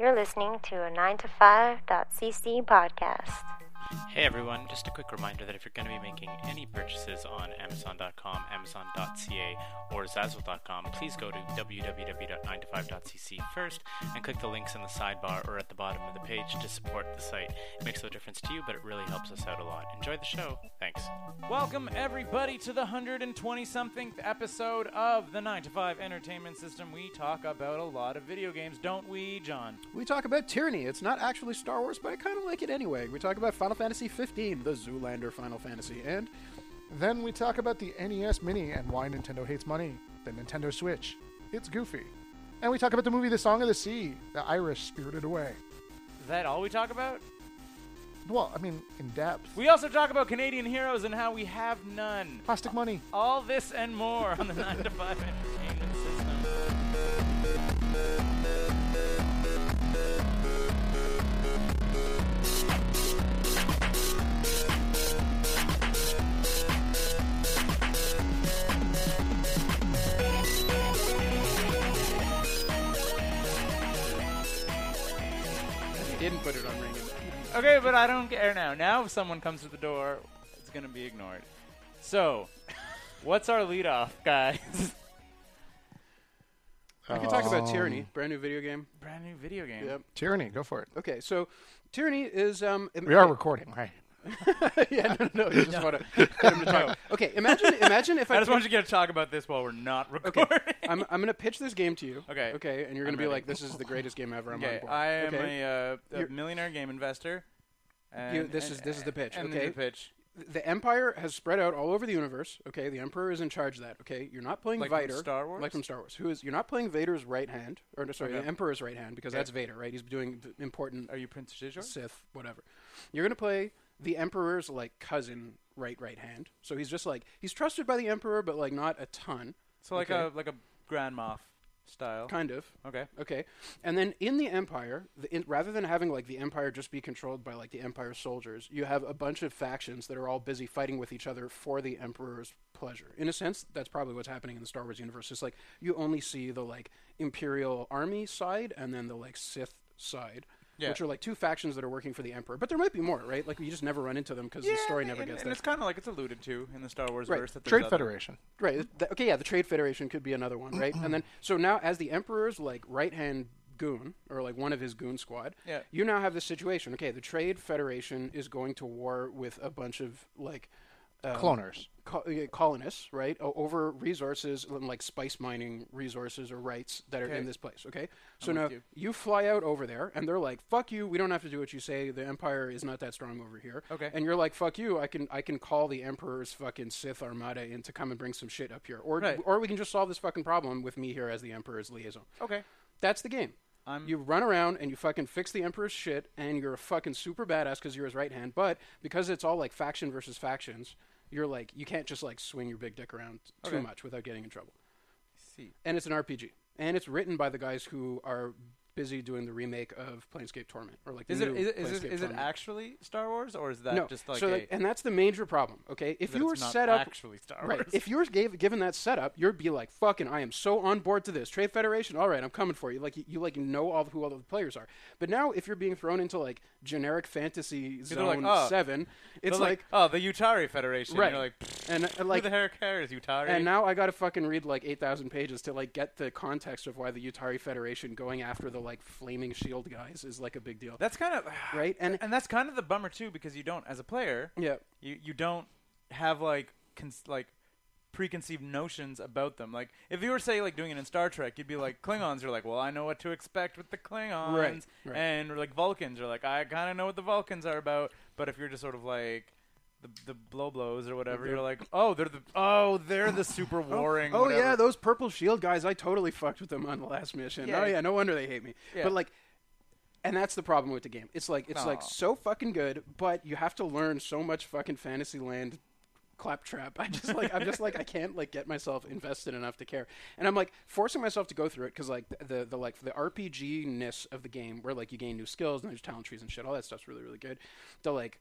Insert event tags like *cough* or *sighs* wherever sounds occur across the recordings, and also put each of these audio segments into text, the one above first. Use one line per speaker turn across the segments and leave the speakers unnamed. You're listening to a 9to5.cc podcast.
Hey everyone, just a quick reminder that if you're going to be making any purchases on Amazon.com, Amazon.ca, or Zazzle.com, please go to www.9to5.cc first and click the links in the sidebar or at the bottom of the page to support the site. It makes no difference to you, but it really helps us out a lot. Enjoy the show. Thanks.
Welcome, everybody, to the 120 something episode of the 9 to 5 Entertainment System. We talk about a lot of video games, don't we, John?
We talk about tyranny. It's not actually Star Wars, but I kind of like it anyway. We talk about Final Fantasy 15, the Zoolander Final Fantasy, and
Then we talk about the NES Mini and why Nintendo hates money, the Nintendo Switch. It's goofy. And we talk about the movie The Song of the Sea, The Irish Spirited Away.
Is that all we talk about?
Well, I mean, in depth.
We also talk about Canadian heroes and how we have none.
Plastic money.
All this and more on the *laughs* 9 to 5 Entertainment System.
He didn't put it on ring.
Okay, but I don't care now. Now, if someone comes to the door, it's going to be ignored. So, what's our leadoff, guys? *laughs*
I can talk about
Oh.
Tyranny, brand new video game.
Brand new video game. *laughs*
Yep.
Tyranny, go for it.
Okay, so Tyranny is um. im-
We are recording, right?
*laughs* yeah, no, no, no.
*laughs*
You just want to get him to talk. Okay, imagine, imagine if I.
I just
pitch-
want you to get to talk about this while we're not recording.
I'm, I'm gonna pitch this game to you.
Okay.
Okay, and you're
I'm
gonna be
ready.
like, "This is the greatest game ever." I'm on
Okay,
board.
I am
okay?
a, uh, a
You're-
millionaire game investor. And,
this is- this is the pitch,
And
okay?
the pitch,
the Empire has spread out all over the universe. Okay, the Emperor is in charge of that. Okay, you're not playing
Like from
Vader.
Star Wars?
Like from Star Wars. Who is? You're not playing Vader's right hand, or no, sorry,
Okay.
the Emperor's right hand, because
Okay.
that's Vader, right? He's doing v- important
are you Prince Zizor?
Sith, whatever. You're gonna play the Emperor's like cousin, right, right hand. So he's just like he's trusted by the Emperor, but like not a ton,
So like
Okay.
a like a Grand Moff style.
kind of.
Okay.
Okay, and then in the Empire, the, in, rather than having like the Empire just be controlled by like the Empire's soldiers, you have a bunch of factions that are all busy fighting with each other for the Emperor's pleasure. In a sense, that's probably what's happening in the Star Wars universe. It's like you only see the like Imperial Army side and then the like Sith side.
Yeah.
Which are like two factions that are working for the Emperor, but there might be more, right? Like you just never run into them because the story never
and,
gets
and
there.
it's kind of like it's alluded to in the Star Wars
Right.
verse. That there's
Trade
other-
Federation.
Right. th- th- okay. Yeah. The Trade Federation could be another one, right? and then so now, as the Emperor's like right hand goon or like one of his goon squad,
Yeah.
you now have this situation. Okay, the Trade Federation is going to war with a bunch of like um,
Cloners.
co- uh, colonists, right, o- over resources um, like spice mining resources or rights that are
Okay.
in this place. Okay, so
with
now
you.
you. fly out over there, and they're like, "Fuck you! We don't have to do what you say. The Empire is not that strong over here."
Okay.
and you're like, "Fuck you! I can I can call the Emperor's fucking Sith armada in to come and bring some shit up here, or
Right.
or we can just solve this fucking problem with me here as the Emperor's liaison."
Okay.
That's the game.
I'm-
you run around and you fucking fix the Emperor's shit, and you're a fucking super badass because you're his right hand. But because it's all like faction versus factions, you're like you can't just like swing your big dick around
Okay.
too much without getting in trouble.
See.
And it's an RPG, and it's written by the guys who are busy doing the remake of Planescape Torment, or like the
Is it
new
is it is,
Planescape
it, is it
Torment.
actually Star Wars or is that
no,
just like
so
a
like, and that's the major problem. Okay, if
that
you
it's
were
not
set up
actually Star Wars?
Right. If you were gave, given that setup, you'd be like, "Fucking, I am so on board to this Trade Federation. All right, I'm coming for you." Like you, you like know all who all the players are. But now, if you're being thrown into like generic fantasy
they're
zone
like, "Oh."
seven, it's
They're like,
like,
oh the Utari Federation.
right,
You're like
and, and
who
like,
the heck cares Utari?
and now I got to fucking read like eight thousand pages to like get the context of why the Utari Federation going after the like flaming shield guys is like a big deal,
that's kind of
right? And
*sighs* and that's kind of the bummer too because you don't as a player
yeah,
you you don't have like cons- like preconceived notions about them. Like if you were say like doing it in Star Trek, you'd be like Klingons. You're like, well, I know what to expect with the Klingons,
right.
and or, like Vulcans. You're like, I kind of know what the Vulcans are about. But if you're just sort of like the the blow blows or whatever, you're like, oh, they're the oh they're the super warring.
Oh
whatever."
yeah, those purple shield guys. I totally fucked with them on the last mission.
Yeah.
Oh yeah, no wonder they hate me.
Yeah.
But like, and that's the problem with the game. It's like it's like
Aw.
so fucking good, but you have to learn so much fucking Fantasyland claptrap. I just like I'm just like I can't like get myself invested enough to care. And I'm like forcing myself to go through it because like the, the the like the RPG ness of the game, where like you gain new skills and there's talent trees and shit. All that stuff's really really good. The like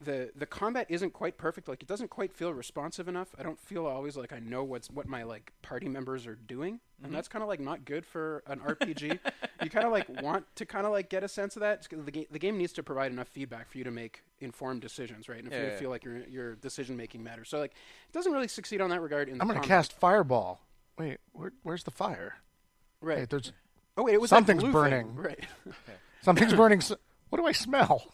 the the combat isn't quite perfect. Like it doesn't quite feel responsive enough. I don't feel always like I know what's what my like party members are doing,
Mm-hmm.
and that's kind of like not good for an RPG. you kind
*laughs*
of like want to kind of like get a sense of that. It's 'cause The, ga- the game needs to provide enough feedback for you to make informed decisions, right? And for
Yeah,
you to
yeah.
feel like your your decision making matters. So like it doesn't really succeed on that regard. In the
I'm gonna
combat.
cast fireball. Wait, where, where's the fire?
right.
Hey, there's
oh wait, it was that
something's
blue thing,
burning.
right?
something's burning. s what do I smell?
*laughs*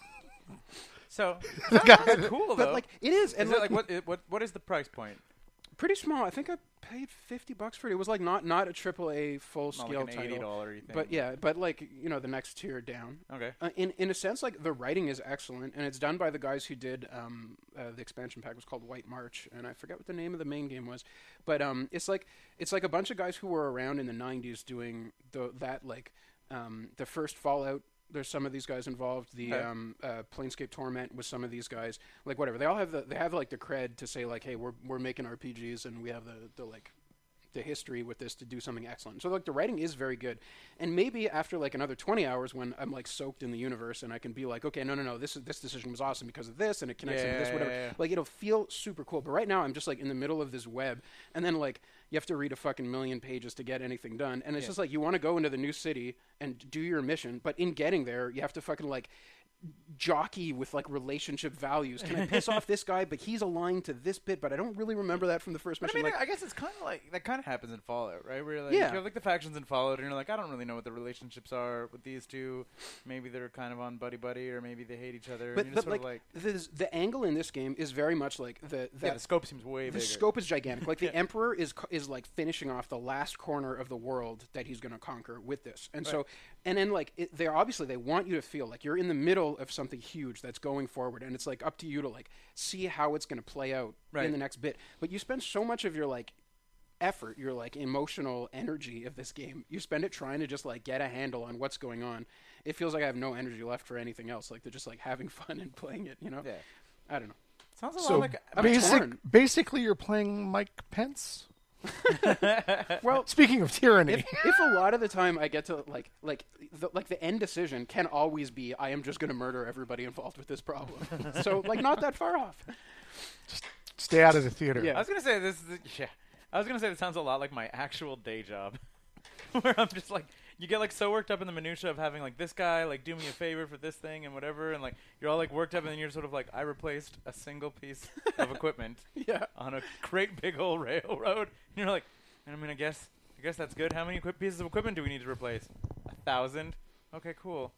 So that's cool though.
but like it is, and
is it like what? It, what? What is the price point?
pretty small. I think I paid fifty bucks for it. It was like not not a triple A full
Not
scale
like an eighty
title,
dollar thing.
but yeah, but like you know the next tier down.
Okay.
Uh, in in a sense, like the writing is excellent, and it's done by the guys who did um, uh, the expansion pack was called White March, and I forget what the name of the main game was, but um, it's like it's like a bunch of guys who were around in the '90s doing the, that like um, the first Fallout. There's some of these guys involved. The
Okay.
um, uh, Planescape Torment with some of these guys, like whatever. They all have the they have like the cred to say like, hey, we're we're making RPGs and we have the the like the history with this to do something excellent. So like the writing is very good. And maybe after like another 20 hours when I'm like soaked in the universe and I can be like, okay, no, no, no, this is, this decision was awesome because of this and it connects into this
Yeah,
whatever.
yeah, yeah.
Like it'll feel super cool. But right now I'm just like in the middle of this web and then like you have to read a fucking million pages to get anything done. And it's just like you want to go into the new city and do your mission, but in getting there you have to fucking like jockey with like relationship values. Can
*laughs*
I piss off this guy, but he's aligned to this bit, but I don't really remember that from the first
But I
mission.
mean,
like,
I guess it's kind of like that. Kind of happens in Fallout, right? Where like
Yeah.
you have like the factions in Fallout, and you're like, I don't really know what the relationships are with these two. Maybe they're kind of on buddy buddy, or maybe they hate each other.
But,
and you're
but
sort
like,
of like,
this, the angle in this game is very much like the that
yeah, the scope seems way
the
bigger.
scope is
*laughs*
gigantic. Like the emperor is co- is like finishing off the last corner of the world that he's going to conquer with this, and so and then like it, they're obviously they want you to feel like you're in the middle of something huge that's going forward, and it's like up to you to like see how it's going to play out
Right.
in the next bit. But you spend so much of your like effort, your like emotional energy of this game, you spend it trying to just like get a handle on what's going on. It feels like I have no energy left for anything else. Like they're just like having *laughs* fun and playing it, you know?
Yeah.
I don't know.
Sounds a lot
So
like.
I'm
basic,
torn.
basically, you're playing Mike Pence.
*laughs* Well,
Speaking of tyranny,
if, if a lot of the time I get to like like the, like the end decision can always be I am just going to murder everybody involved with this
*laughs*
problem. so like not that far off.
*laughs* stay out of the theater.
Yeah.
I was gonna say this. Is, *laughs* yeah, I was gonna say this sounds a lot like my actual day job, *laughs* where I'm just like, you get like so worked up in the minutia of having like this guy like do me a favor for this thing and whatever, and like you're all like worked up, and then you're sort of like, I replaced a single piece
*laughs*
of equipment
Yeah.
on a great big old railroad, and you're like, and I mean, I guess, I guess that's good. How many equip- pieces of equipment do we need to replace? A thousand. Okay,
*laughs*
cool.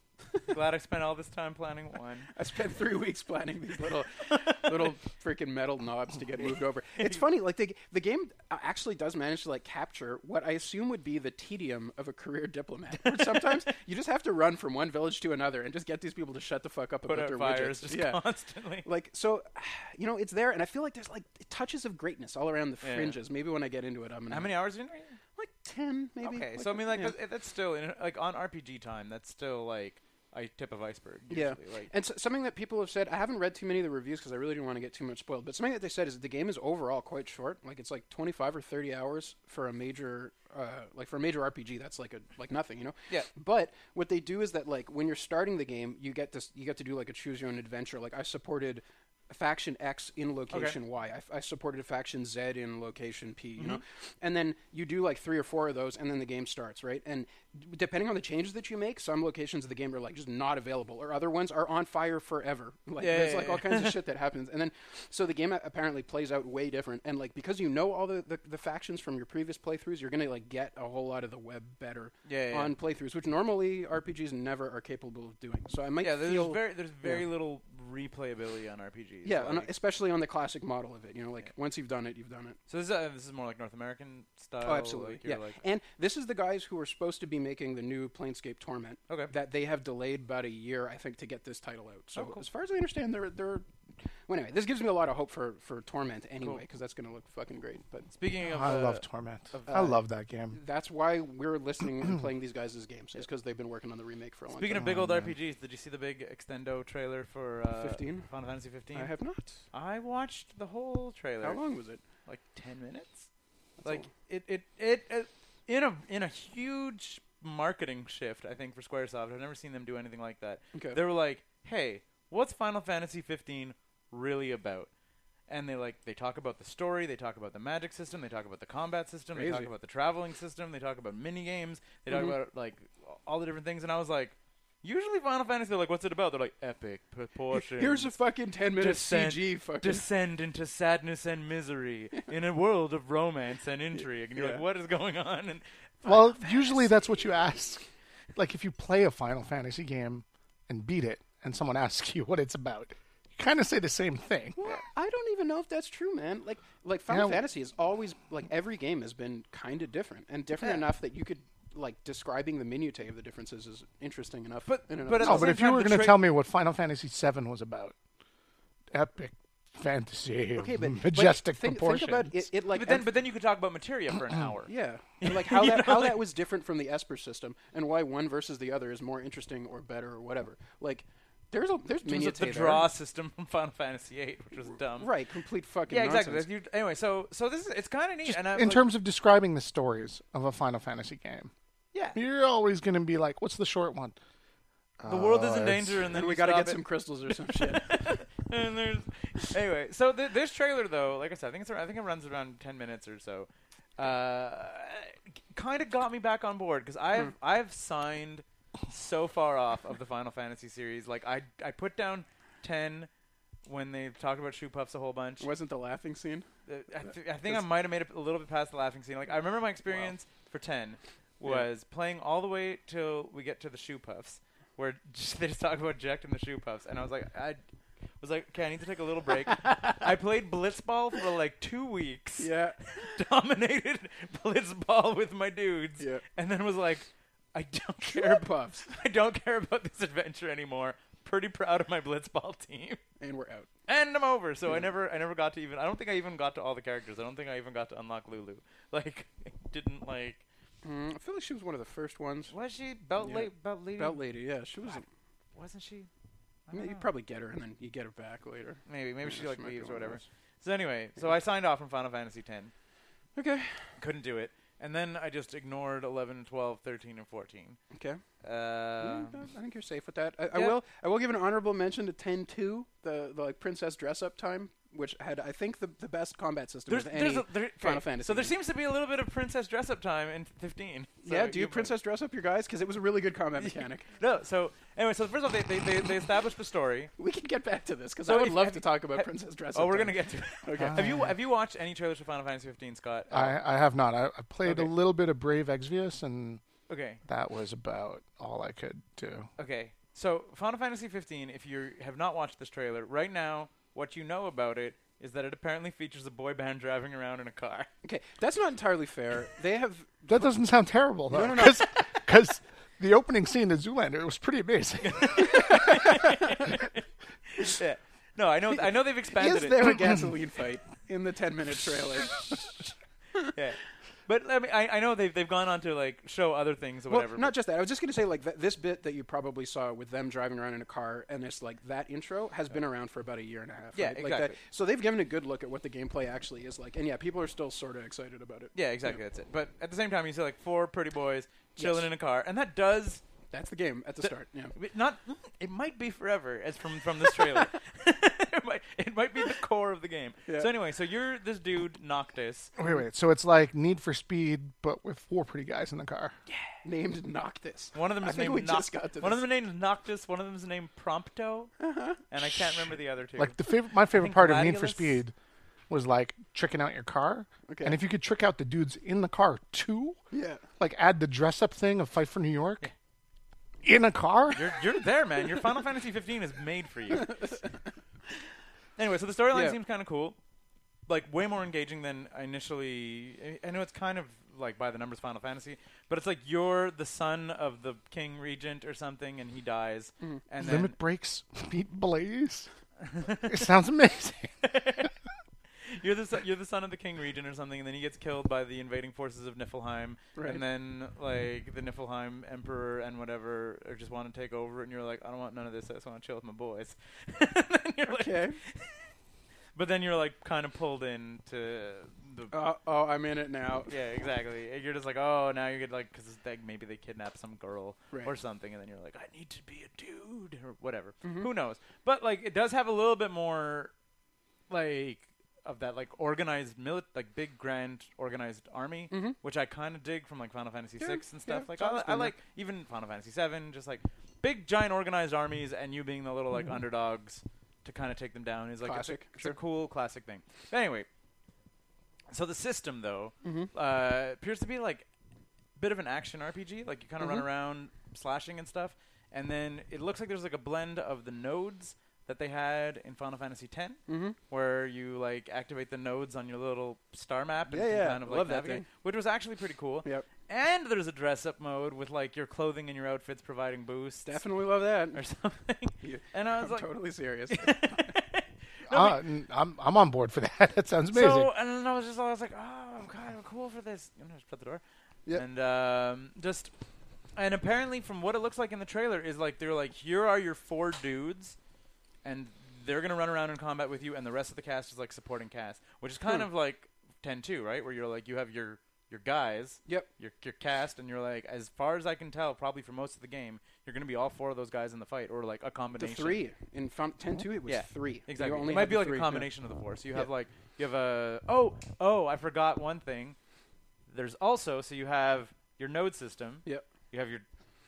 Glad I spent all this time planning one.
I spent three weeks planning these little, little freaking metal knobs to get moved over. It's
*laughs*
funny, like the the game uh, actually does manage to like capture what I assume would be the tedium of a career diplomat. *laughs* Where Sometimes you just have to run from one village to another and just get these people to shut the fuck up
Put
about
out
their
fires
widgets.
just
yeah.
*laughs* constantly.
Like so, *sighs* you know, it's there, and I feel like there's like touches of greatness all around the
Yeah.
fringes. Maybe when I get into it, I'm gonna
How many hours did you?
like ten, maybe.
Okay, so I mean, like
yeah.
that's, eh, that's still in, like on RPG time. That's still like a tip of iceberg.
Yeah,
Usually. Like,
and so, something that people have said. I haven't read too many of the reviews because I really didn't want to get too much spoiled. But something that they said is that the game is overall quite short. Like it's like twenty five or thirty hours for a major, uh, like for a major RPG. That's like a like nothing, you know.
Yeah.
But what they do is that like when you're starting the game, you get this, you get to do like a choose your own adventure. Like I supported faction X in location Y. I, f- I supported faction Z in location P. You know,
Mm-hmm.
and then you do like three or four of those, and then the game starts, right? And d- depending on the changes that you make, some locations of the game are like just not available, or other ones are on fire forever. *laughs* Like
Yeah,
there's
yeah,
like all
*laughs*
kinds of shit that happens, and then so the game a- apparently plays out way different. And like because you know all the the, the factions from your previous playthroughs, you're gonna like get a whole lot of the web better
Yeah, yeah.
on playthroughs, which normally RPGs never are capable of doing. So I might
yeah, there's
feel
very there's very
yeah.
little replayability on RPGs.
yeah, and uh,
like-
especially on the classic model of it. You know, like once you've done it, you've done it.
so this is uh, this is more like North American style.
Oh, absolutely.
Like, you're
yeah.
Like,
and this is the guys who are supposed to be making the new Planescape Torment.
Okay.
That they have delayed about a year, I think, to get this title out. So
Oh, cool.
as far as I understand, they're they're. Well, anyway, this gives me a lot of hope for for Torment anyway, because that's going to look fucking great. But
speaking of,
Oh, I
uh,
love Torment. I love that game.
that's why we're listening and playing these guys as games, is because they've been working on the remake for a long
speaking
time.
of big old RPGs, did you see the big extendo trailer for uh,
15?
Final Fantasy 15?
I have not.
I watched the whole trailer.
How long was it?
Like 10 minutes.
That's
like
all.
it, it it it in a in a huge marketing shift, I think for SquareSoft. I've never seen them do anything like that.
Okay.
They were like, "Hey, what's Final Fantasy 15 really about? And they like they talk about the story, they talk about the magic system, they talk about the combat system, they talk
Crazy. Mm-hmm.
about the traveling system, they talk about mini games, they talk about like all the different things. And I was like, usually Final Fantasy, they're like, what's it about? They're like epic proportions.
Here's a fucking ten minute
Descent-
CG fucking.
descend into sadness and misery in a world of romance and intrigue. And you're like,
Yeah.
what is going on? And
uh,
Well, usually that's what you ask. Like if you play a Final Fantasy game and beat it, and someone asks you *laughs* what it's about, you kind of say the same thing.
Well, I don't even know if that's true, man. Like, like Final
Yeah.
Fantasy is always like every game has been kind of different and different enough that you could like describing the minutiae of the differences is interesting enough.
But-
in and of
but at
No,
itself.
but
the same
if you
time,
were
the
going to
tra-
tell me what Final Fantasy VII was about, epic fantasy, of
okay, but
majestic
but think,
proportions.
think about it. It like
but then,
em-
but then you could talk about materia
*clears throat*
for an hour. *laughs*
yeah, And, like how
You
that
know,
how
like-
that was different from the Esper system and why one versus the other is more interesting or better or whatever. Like, there's a there's
It was
minutiae
the
there.
draw system from Final Fantasy VIII, which was dumb.
Right, complete fucking
Yeah, exactly.
nonsense.
That's- you- anyway, so so this is it's kind of neat. and I,
in
like,
terms of describing the stories of a Final Fantasy game,
yeah,
you're always going to be like, "What's the short one?"
the world is in danger, and then
And Oh, we
got
gotta
to
get some crystals or
*laughs*
some shit.
and there's anyway. So th- this trailer, though, like I said, I think it's ar- I think it runs around ten minutes or so. Uh, kind of got me back on board because I've I've signed so far off of the Final Fantasy series. Like I I put down ten when they talked about shoe puffs a whole bunch.
Wasn't the
*laughs*
laughing scene?
Uh, I, th- I think I might have made it a little bit past the laughing scene. Like I remember my experience for ten was playing all the way till we get to the shoe puffs, where just, they just talk about Jack and the shoe puffs, and I was like, I was like, okay, I need to take a little
*laughs*
break. I played blitzball for like two weeks,
Yeah.
*laughs* dominated blitzball with my dudes,
Yeah.
and then was like, I don't care
Air
about
puffs.
*laughs* I don't care about this adventure anymore. Pretty proud of my blitzball team
And we're out.
and I'm over. So I never, I never got to even. I don't think I even got to all the characters. I don't think I even got to unlock Lulu. *laughs* Like, didn't like.
Mm, I feel like she was one of the first ones.
Was she belt
Yeah.
lady? Belt lady?
Belt lady, yeah, she was.
Wasn't she? I
I mean,
don't
you
know.
probably get her, and then you get her back later.
Maybe, maybe
Yeah,
she like
might be
leaves or
one of
whatever.
those.
So anyway, so I signed off from Final Fantasy X.
Okay.
Couldn't do it, and then I just ignored 11, 12, 13, and 14.
Okay.
Uh,
Mm, I think you're safe with that. I, I
yeah.
will. I will give an honorable mention to Ten Two, the, the like princess dress up time, which had I think the, the best combat system
there's,
of any
there's a, there,
Final
okay,
Fantasy.
So there
game.
seems to be a little bit of princess dress up time in 15. So
yeah, do you
might-
princess dress up your guys? Because it was a really good
*laughs*
combat mechanic.
No. So anyway, so first off, they they, they, they established the story.
we can get back to this because
So
I would
if-
love
have
to
you-
talk about
have-
princess dress up.
Oh, we're
time.
gonna get to. It. *laughs*
Okay.
Have you have you watched any trailers for Final Fantasy 15, Scott?
I, I have not. I, I played
Oh. Okay.
a little bit of Brave Exvius, and
okay,
that was about all I could do.
okay. So Final Fantasy 15, if you have not watched this trailer right now, what you know about it is that it apparently features a boy band driving around in a car. *laughs*
Okay, that's not entirely fair. They have
That doesn't sound terrible though,
no, no.
because the opening scene in Zoolander was pretty
*laughs*
amazing.
yeah. No, I know. I know they've expanded
is there
it.
a gasoline fight in the ten
*laughs*
minute trailer?
Yeah. But I mean, I, I know they've they've gone on to like show other things or
Well,
whatever.
not
but-
just that. I was just going to say, like, th- this bit that you probably saw with them driving around in a car, and it's like that intro has been around for about a year and a half.
Yeah,
right? Like
exactly.
that- so they've given a good look at what the gameplay actually is like. And yeah, people are still sort of excited about it.
yeah, exactly. That's it. But at the same time, you see like four pretty boys chilling
Yes.
in a car, and that does
That's the game at the start. Yeah.
But Not. mm, It might be forever, as from from this
*laughs*
trailer. it, might, it might be the core of the game.
Yeah.
So anyway, so you're this dude Noctis.
wait, wait. So it's like Need for Speed, but with four pretty guys in the car.
Named Noctis.
One of them
I
is
think
named
we
Noc-
just got to
One of
this. Uh-huh.
them is named Noctis. One of them is named Prompto. And I can't remember the other two.
Like the fav- my favorite
think
part of Need for
Gladiolus.
Speed was like tricking out your car.
Okay.
And if you could trick out the dudes in the car too,
Yeah.
like add the dress up thing of Fight for New York in a car.
you're you're there, man. Your Final Fantasy 15 is made for
*laughs*
you. anyway, so the storyline
Yeah.
seems kind of cool. Like way more engaging than I initially. I I know it's kind of like by the numbers Final Fantasy, but it's like you're the son of the king regent or something, and he dies,
Mm-hmm.
and then
Limit breaks, speed blaze. it sounds amazing.
*laughs* You're the son, you're the son of the king regent or something, and then he gets killed by the invading forces of Niflheim,
Right.
and then like the Niflheim emperor and whatever are just want to take over, it, and you're like, I don't want none of this. I just want to chill with my boys. *laughs* And then you're like-
Okay.
but then you're like kind of pulled into the
Uh, oh, I'm in it now.
yeah, exactly. And You're just like, oh, now you're gonna, like, because like, maybe they kidnap some girl
Right.
or something, and then you're like, I need to be a dude or whatever.
Mm-hmm.
Who knows? But like, it does have a little bit more, like, of that like organized mili- like big grand organized army, which I kind of dig from like Final Fantasy VI and stuff.
Mm-hmm. yeah,
like,
it's always
I, I
been there.
like even Final Fantasy VII, just like big giant organized armies, and you being the little like underdogs to kind of take them down is like it's a-
Mm-hmm. Classic,
it's a
sure.
cool classic thing. But anyway, so the system though
Mm-hmm.
uh, appears to be like a bit of an action RPG. Like you kind of run
Mm-hmm.
around slashing and stuff, and then it looks like there's like a blend of the nodes that they had in Final Fantasy X,
Mm-hmm.
where you like activate the nodes on your little star map and
Yeah,
you can
yeah.
kind of like
Love that
navigate,
thing.
which was actually pretty cool.
Yep.
And there's a dress up mode with like your clothing and your outfits providing boosts
Definitely love that.
or *laughs* something.
You-
and I was
I'm
like, *laughs*
totally serious.
Ah, n- I'm, I'm on board for that. *laughs* That sounds amazing.
So and then I was just I was like, oh, I'm kind of cool for this. I'm gonna shut the door.
Yep.
And um, just and apparently from what it looks like in the trailer is like they're like here are your four dudes, and they're gonna run around in combat with you, and the rest of the cast is like supporting cast, which is
Hmm.
kind of like 10-2, right? Where you're like you have your your guys,
Yep.
your your cast, and you're like as far as I can tell, probably for most of the game, you're gonna be all four of those guys in the fight, or like a
The
combination.
three in Final Ten Two, it was
Yeah,
three. You
Exactly.
only
it
had
might be
the
like
three.
a
Yeah.
combination of the force. You have like you have a oh oh I forgot one thing. There's also so you have your node system.
Yep.
You have your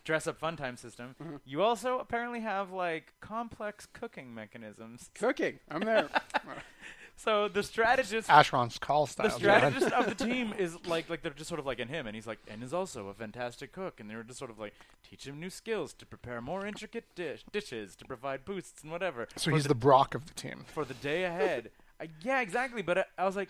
dress up fun time system.
Mm-hmm.
You also apparently have like complex cooking mechanisms.
Cooking. I'm there.
*laughs* So the strategist
Ah,
Ashron's call style.
the
man.
*laughs* strategist of the team is
*laughs*
like like they're just sort of like in him and he's like and is also a fantastic cook and they're just sort of like teach him new skills to prepare more intricate dish dishes to provide boosts and whatever.
So he's the Brock of the team.
for the day ahead. I, yeah, exactly. But I, I was like,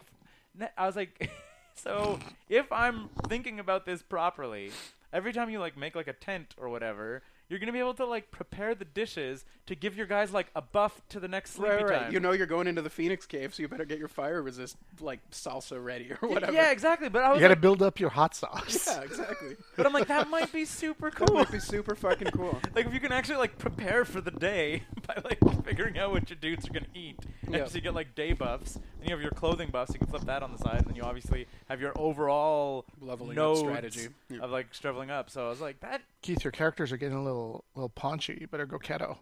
n- I was like, *laughs* so if I'm thinking about this properly, every time you like make like a tent or whatever, you're gonna be able to like prepare the dishes to give your guys like a buff to the next sleepy
right, right.
time.
You know you're going into the Phoenix Cave, so you better get your fire resist like salsa ready or
Y-
whatever.
Yeah, exactly. But I
You
was,
got to
like,
build up your hot sauce.
*laughs* Yeah, exactly.
but I'm like, that might be super
That
cool.
would be super fucking
*laughs*
cool.
Like if you can actually like prepare for the day *laughs* by like figuring out what your dudes are gonna eat, and
Yeah.
so you get like day buffs, and you have your clothing buffs. You can flip that on the side, and then you obviously have your overall
Leveling up
nodes
strategy. Yeah.
of like struggling up. So I was like, that
*laughs* Keith, your characters are getting a little little paunchy. You better go keto.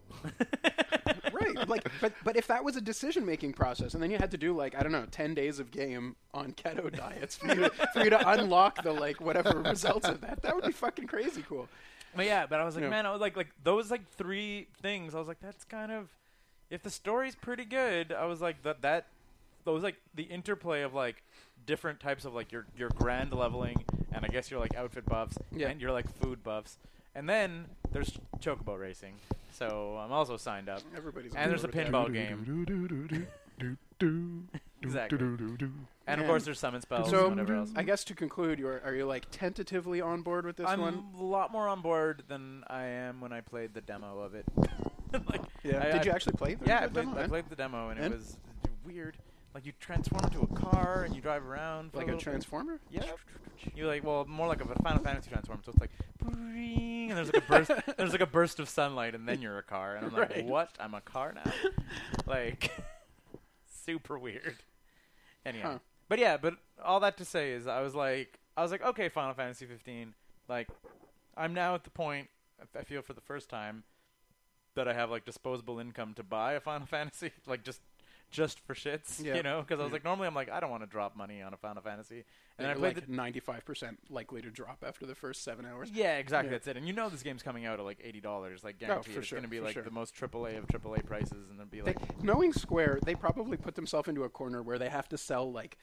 right. Like but but if that was a decision making process and then you had to do like, I don't know, ten days of game on keto *laughs* diets for you to, for you to unlock the
*laughs*
like whatever results of that, that would be fucking crazy cool.
But yeah, but I was like,
Yeah.
man, I was like, like those like three things. I was like, that's kind of, if the story's pretty good, I was like that that those like the interplay of like different types of like your your grand leveling and I guess your like outfit buffs
Yeah.
and your like food buffs, and then there's chocobo racing. So I'm also signed up.
Everybody's
And there's a
over there.
pinball
*laughs*
game, Exactly. and of
Man.
course there's summon spells
So,
and whatever else.
I guess to conclude, you're are you like tentatively on board with this
I'm
one?
a lot more on board than I am when I played the demo of it. *laughs* like,
Yeah.
I-
Did
I-
you actually play? the-
Yeah, I
the
played,
demo,
I
man?
played the demo and,
And?
it was weird. Like you transform into a car and you drive around for
like
a
a
little bit.
transformer.
Yeah. You like well more like of a Final Fantasy transform, so it's like "Bring," and there's like a
*laughs*
burst there's like a burst of sunlight and then you're a car and I'm like
Right.
what I'm a car
*laughs*
now, like *laughs* super weird. Anyhow,
Huh.
but yeah, but all that to say is I was like I was like okay Final Fantasy 15 like I'm now at the point I- I feel for the first time that I have like disposable income to buy a Final *laughs* Fantasy, like just just for shits,
Yeah.
you know? Because I was like, normally I'm like, I don't want to drop money on a Final Fantasy, and then I
You're,
played
like
the.
ninety-five percent likely to drop after the first seven hours.
Yeah, exactly.
Yeah. Oh,
That's it. And you know this game's coming out at like eighty dollars, like guaranteed.
for
it's
sure,
gonna be
for
like
sure.
the most AAA of AAA prices, and it'll be
They,
like
knowing Square, they probably put themselves into a corner where they have to sell like,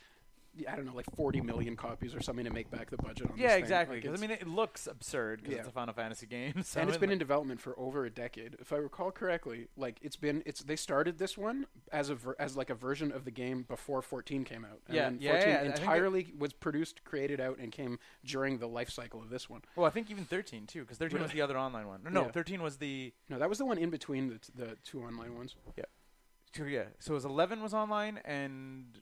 I don't know, like forty million copies or something to make back the budget. on this
yeah,
thing.
exactly.
Like,
Because
it's-
I mean, it looks absurd because
Yeah.
it's a Final Fantasy game. *laughs* So
and it's been
like-
in development for over a decade, if I recall correctly. Like it's been, it's they started this one as a ver- as like a version of the game before 14 came out. And
Yeah,
then
yeah,
14
yeah, I think it-
entirely was produced, created out, and came during the life cycle of this one.
well, I think even thirteen too, because thirteen was the other online one. No, no,
Yeah.
thirteen was the
No, that was the one in between the t- the two online ones.
two. Yeah, so it was eleven was online and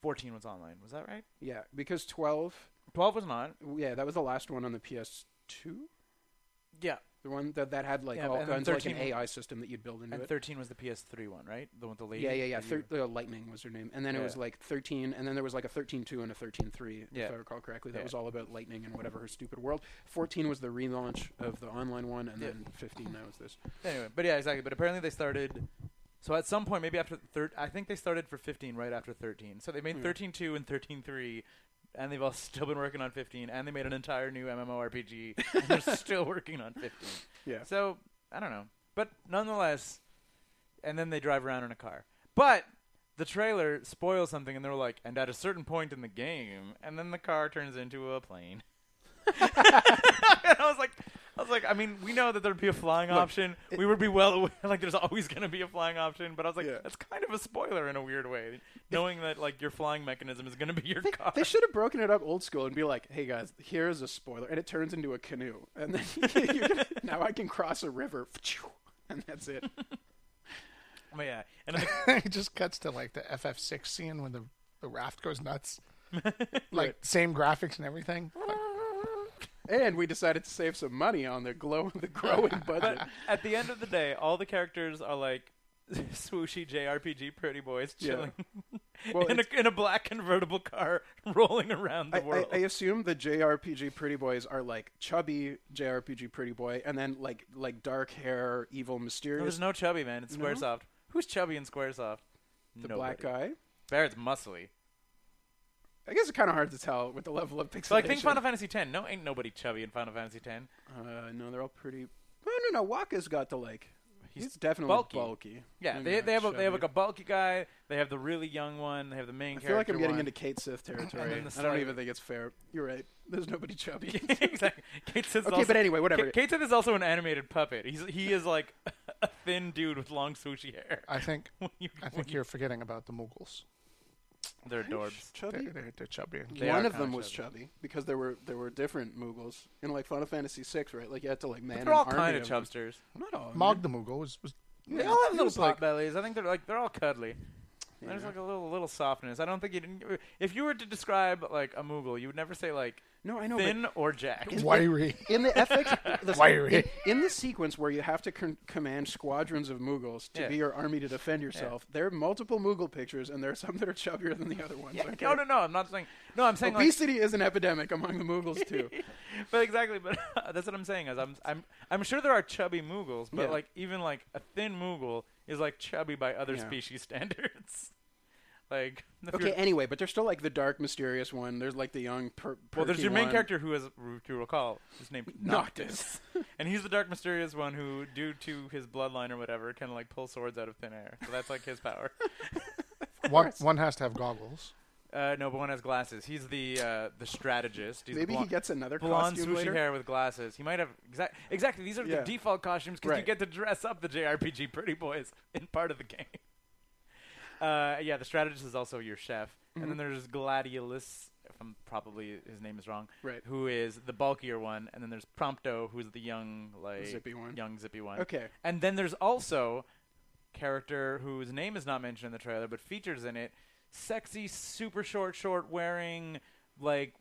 fourteen was online. Was that right?
Yeah, because 12,
Twelve was not.
yeah, that was the last one on the PS2.
Yeah.
The one that that had like
Yeah,
all
and then
guns, like an
13
AI system that you'd build into
And
it.
13 was the PS3 one, right? The one with the lady.
yeah, yeah, yeah.
that
Thir-
you-
uh, Lightning was her name, and then it
Yeah.
was like 13, and then there was like a 13.2 and a 13.3,
Yeah.
if I recall correctly. That
Yeah.
was all about Lightning and whatever her stupid world. 14 was the relaunch of the online one, and
Yeah.
then 15 now is this.
Anyway, but yeah, exactly. But apparently they started. So at some point, maybe after third, I think they started for 15 right after 13. So they made
Yeah.
13.2 and 13.3, and they've all *laughs* still been working on 15. And they made an entire new MMORPG, and they're still working on 15.
Yeah.
So I don't know, but nonetheless, and then they drive around in a car. But the trailer spoils something, and they were like, and at a certain point in the game, and then the car turns into a plane. *laughs* and I was like, I was like, I mean, we know that there'd be a flying option. we would be well aware, like, there's always going to be a flying option. But I was like,
Yeah.
that's kind of a spoiler in a weird way, knowing that like your flying mechanism is going to be your car.
*laughs* They should have broken it up old school and be like, "Hey guys, here's a spoiler," and it turns into a canoe, and then *laughs* you're gonna, now I can cross a river, *laughs* and that's it.
*laughs* But yeah, and then
it just cuts to like the FF6 scene when the, the raft goes
*laughs*
nuts. like same graphics and everything.
And we decided to save some money on the glow, *laughs*
*laughs*
the growing budget.
at the end of the day, all the characters are like *laughs* swooshy JRPG pretty boys
Yeah.
chilling
Well,
*laughs* in, a, in a black convertible car *laughs* rolling around the
I, I,
world.
I assume the JRPG pretty boys are like chubby JRPG pretty boy, and then like like dark hair, evil,
No,
mysterious,
there's no chubby man. It's
No?
Squaresoft. Who's chubby in Squaresoft?
Mm-hmm. the black guy.
Barrett's muscly.
I guess it's kind of hard to tell with the level of pixelation.
So like think Final Fantasy X. No, ain't nobody chubby in Final Fantasy X.
uh, no, they're all pretty. No, no, no. Waka's got the like. He's,
He's
definitely
bulky.
bulky.
Yeah,
I'm
they,
not
they have a, they have
chubby.
like a bulky guy. They have the really young one. They have the main
I
character.
feel like I'm getting
one.
into Kate Sith territory.
*laughs* And then the
I don't
slight-
even think it's fair. You're right. There's nobody chubby.
*laughs* exactly. Kate Sith's
okay,
also-
but anyway, whatever.
K- Kate Sith is also an animated puppet. He's he is like a thin dude with long swooshy hair.
I think
*laughs* When you-
I
when
think
you-
you're forgetting about the Mughals.
they're adorbs.
They're,
chubby.
they're, they're chubby. and-
They
One
are
of them
kinda
was
chubby.
chubby. because there were there were different Mughals in like Final Fantasy VI, right? Like you had to like man.
They're all
an army
kind of
them.
chubsters.
Not all.
Mog the Moogle was, was
They all have
he
little
was
pot bellies. I think they're like they're all cuddly. There's like a little little softness. I don't think you didn't. If you were to describe like a Moogle, you would never say like
No, I know. but
thin or jack. *laughs*
wiry.
in the FX, the-
Wiry.
in, in the sequence where you have to con- command squadrons of Mughals to
Yeah.
be your army to defend yourself, there are multiple Mughal pictures, and there are some that are chubbier than the other ones.
Yeah,
okay?
no, no, no. I'm not saying. No, I'm saying like
Obesity is an epidemic among the Mughals
*laughs*
too.
but exactly, but *laughs* that's what I'm saying. Is I'm I'm I'm sure there are chubby Moogles, but
Yeah.
like even like a thin Moogle is like chubby by other
Yeah.
species *laughs* standards. like if
Okay,
you're-
anyway, but there's still like the dark, mysterious one. There's like the young. Per-
well, there's
perky
your main
one.
character who is, if you recall, is named
Noctis.
and he's the dark, mysterious one who, due to his bloodline or whatever, can like pull swords out of thin air. So that's like his
*laughs*
power.
*laughs* One, one has to have goggles.
Uh, no, but one has glasses. He's the uh, the strategist. He's
Maybe
blon-
he gets another
blonde
costume
swooshy
later.
hair with glasses. He might have exact exactly. These are
Yeah.
the default costumes because you
Right.
get to dress up the JRPG pretty boys *laughs* in part of the game. Uh, yeah, the strategist is also your chef, and
Mm-hmm.
then there's Gladiolus. If I'm probably his name is wrong,
Right.
Who is the bulkier one, and then there's Prompto, who's the young like
Zippy one.
young zippy one.
Okay.
and then there's also character whose name is not mentioned in the trailer but features in it sexy super short short wearing like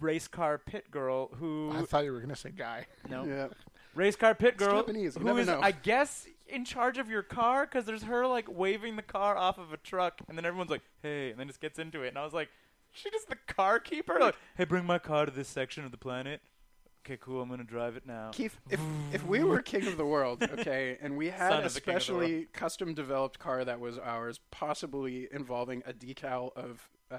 race car pit girl who
I thought you were going to say guy.
no
Yeah.
race car pit girl
Japanese, you
who
never
is
know.
I guess in charge of your car because there's her like waving the car off of a truck and then everyone's like hey and then just gets into it and I was like she just the car keeper like hey bring my car to this section of the planet okay cool I'm gonna drive it now
Keith, if, if we were king of the world, okay, and we
Son
had a
of the king of the
specially custom developed car that was ours, possibly involving a decal of uh,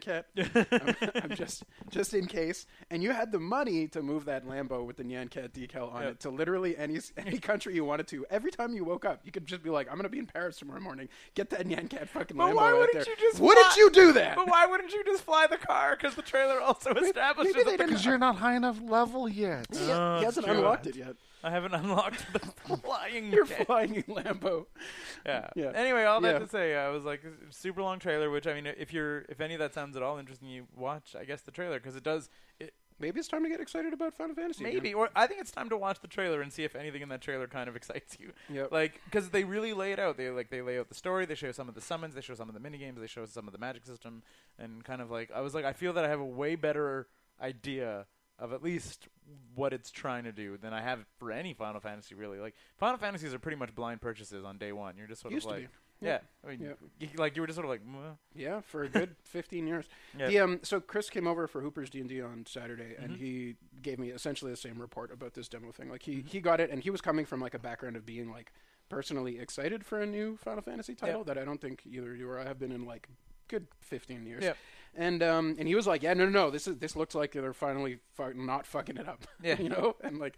*laughs*
Cat, I'm, I'm just just in case, and you had the money to move that Lambo with the Nyan Cat decal on
Yeah.
it to literally any s- any country you wanted to. Every time you woke up, you could just be like, "I'm gonna be in Paris tomorrow morning. Get that Nyan Cat fucking
But
Lambo
why
out
wouldn't
there."
you just
wouldn't
fly-
you do that?
But why wouldn't you just fly the car? Because the trailer also establishes
maybe
*laughs* that
they
the
Because you're not high enough level yet.
Oh,
Uh,
He- he hasn't
true.
unlocked it yet.
I haven't unlocked
*laughs*
the flying.
You're
kit.
flying in Lambo.
yeah.
yeah.
Anyway, all
Yeah.
that to say, I was like it's a super long trailer. Which I mean, if you're if any of that sounds at all interesting, you watch I guess the trailer because it does. It,
Maybe it's time to get excited about Final Fantasy. again.
maybe or I think it's time to watch the trailer and see if anything in that trailer kind of *laughs* excites you.
Yep.
Like because they really lay it out. They like they lay out the story. They show some of the summons. They show some of the mini games. They show some of the magic system and kind of like I was like I feel that I have a way better idea of at least what it's trying to do than I have for any Final Fantasy really. Like Final Fantasies are pretty much blind purchases on day one. You're just sort
Used
of
to
like,
be.
yeah, I mean,
Yep.
you, like you were just sort of like, "Mwah."
Yeah, for
*laughs*
a good 15 years.
Yeah. Mm-hmm.
The, um, so Chris came over for Hooper's D&D on Saturday, and he gave me essentially the same report about this demo thing. Like, he,
Mm-hmm.
he got it, and he was coming from, like, a background of being, like, personally excited for a new Final Fantasy title that I don't think either you or I have been in, like, good 15 years.
Yep.
And um, and he was like, yeah, no, no, no, this is this looks like they're finally fu- not fucking it up. *laughs*
Yeah.
you know, and like,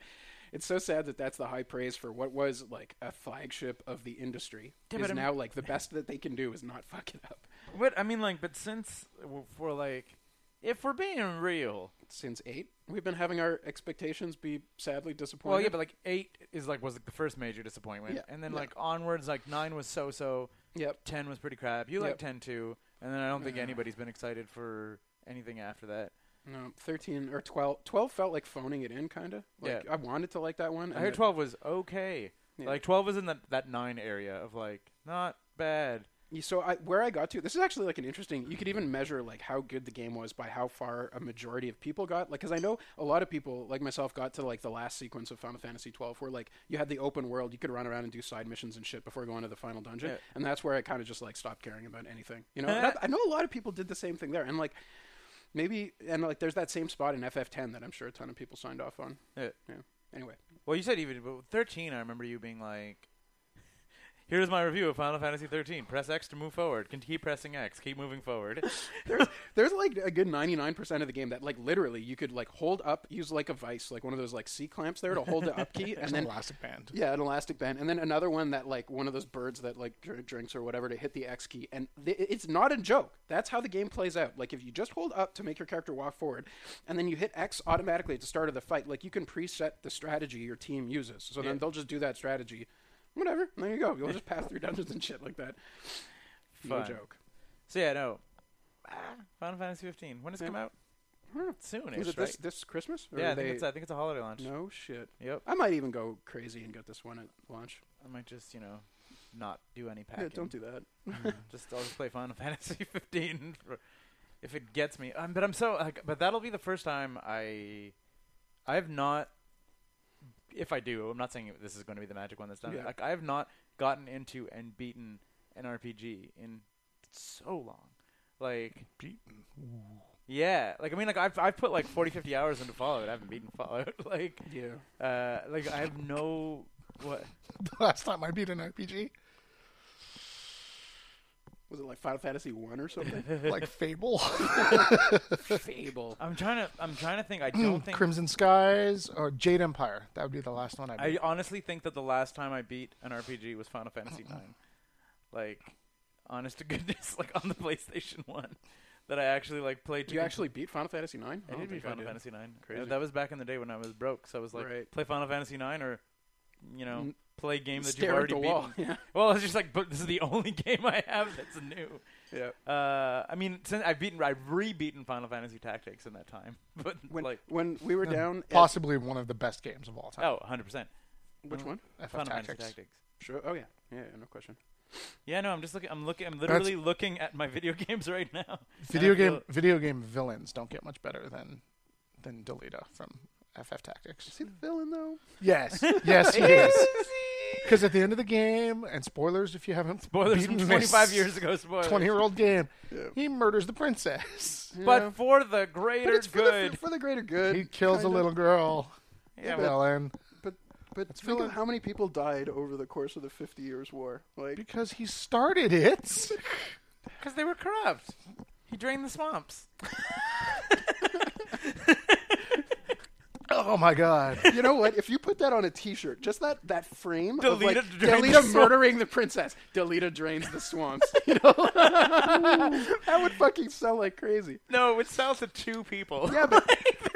it's so sad that that's the high praise for what was like a flagship of the industry
Yeah,
is
but I'm-
now like the best that they can do is not fuck it up.
But I mean, like, but since w- for like, if we're being real,
since eight. We've been having our expectations be sadly disappointed.
well, yeah, but like eight is like was like the first major disappointment,
Yeah.
and then
Yeah.
like onwards, like nine was so so,
yep.
ten was pretty crap. You like
Yep. Uh-huh.
ten too, and then I don't think anybody's been excited for anything after that.
No, thirteen or 12. 12 felt like phoning it in, kind of. Like,
Yeah.
I wanted to like that one.
I
and
heard
it-
twelve was okay.
Yeah.
Like twelve was in that that nine area of like not bad.
Yeah, So I, where I got to, this is actually like an interesting. You could even measure like how good the game was by how far a majority of people got. Like, because I know a lot of people, like myself, got to like the last sequence of Final Fantasy twelve, where like you had the open world, you could run around and do side missions and shit before going to the final dungeon,
Yeah.
and that's where I kind of just like stopped caring about anything. You know, And I, I know a lot of people did the same thing there, and like maybe and like there's that same spot in FF ten that I'm sure a ton of people signed off on.
Yeah.
Yeah. Anyway,
Uh, Well, you said even but thirteen. I remember you being like. Here's my review of Final Fantasy 13. Press X to move forward. Can keep pressing X. Keep moving
*laughs*
forward.
there's there's like a good 99% of the game that like literally you could like hold up use like a vice like one of those like c clamps there to hold the
*laughs*
up key
*laughs*
and then
elastic band.
yeah an elastic band and then another one that like one of those birds that like dr- drinks or whatever to hit the x key and th- it's not a joke that's how the game plays out like if you just hold up to make your character walk forward and then you hit x automatically at the start of the fight like you can preset the strategy your team uses so then they'll just do that strategy whatever and there you go you'll just pass through dungeons and shit like that no
Fun.
joke
So yeah, no. Ah, Final Fantasy 15. When does it come out? Soonish,
is Hmm. it
right?
this, this christmas or
yeah,
are
I think,
they-
it's, I think it's a holiday launch.
No shit.
Yep.
I might even go crazy and get this one at launch.
I might just you know not do any packing.
Yeah, don't do that.
Just I'll just play Final *laughs* Fantasy 15 for, if it gets me. Um, but I'm so like, but that'll be the first time I I have not. If I do, I'm not saying this is going to be the magic one that's done.
Yeah.
Like I have not gotten into and beaten an RPG in so long. Like
Beaten.
yeah, like I mean, like I've I've put like 40, 50 hours into Fallout. I haven't beaten Fallout. *laughs* like
Yeah.
uh, like I have no what
The last time I beat an
*laughs*
RPG,
Was it like Final Fantasy One
*laughs*
or something?
like Fable,
*laughs* Fable.
I'm trying to I'm trying to think.
*clears throat*
I don't think
Crimson Skies, or Jade Empire. That would be the last one I beat.
I honestly think that the last time I beat an RPG was Final Fantasy
*laughs*
Nine. Like, honest to goodness, *laughs* like on the PlayStation One, that I actually like played. to
You
complete-
actually beat Final Fantasy Nine?
I did
don't
beat
think I
Final Fantasy Nine.
Crazy.
Uh, That was back in the day when I was broke, so I was like,
Right.
play Final Fantasy Nine or, you know,
N-
play a game that
Stare
you've
at
already
the wall. *laughs*
beaten.
Yeah.
*laughs* Well, it's just like, but this is the *laughs* only game I have that's new.
Yeah.
Uh, I mean, since I've beaten, I've re-beaten Final Fantasy Tactics in that time, *laughs* but
When
like,
when we were down at-
Possibly one of the best games of all time.
oh, 100 percent
which one?
FF
Final Fantasy
Tactics.
Tactics.
Sure. Oh yeah. Yeah, yeah, no question.
Yeah, no, I'm just looking. I'm looking. I'm literally looking at my video *laughs* games right now. And I
Video game
feel-
video game villains don't get much better than than Delita from FF Tactics.
See the villain though?
*laughs*
Yes, yes, yes. Because at the end of the game, and spoilers if you haven't
Spoilers from
beaten
25
this
years ago. Spoilers.
twenty year old game,
Yeah.
he murders the princess.
But for the
But
greater
it's for the,
good.
for the greater good.
He kills a
kinda.
little girl.
yeah, well,
villain.
But but
It's
think of
villain.
how many people died over the course of the Fifty Years' War. Like
Because he started it.
because they were corrupt. He drained the
*laughs*
swamps.
Oh my
*laughs*
god.
you know what? If you put that on a T-shirt, just that that frame of
Delete
like
it, drain
Delita
the swamp.
murdering the princess, Delita drains
*laughs*
the swamps. You know, *laughs* that would fucking sell like crazy.
No, it would sell to two people. *laughs*
Yeah, but-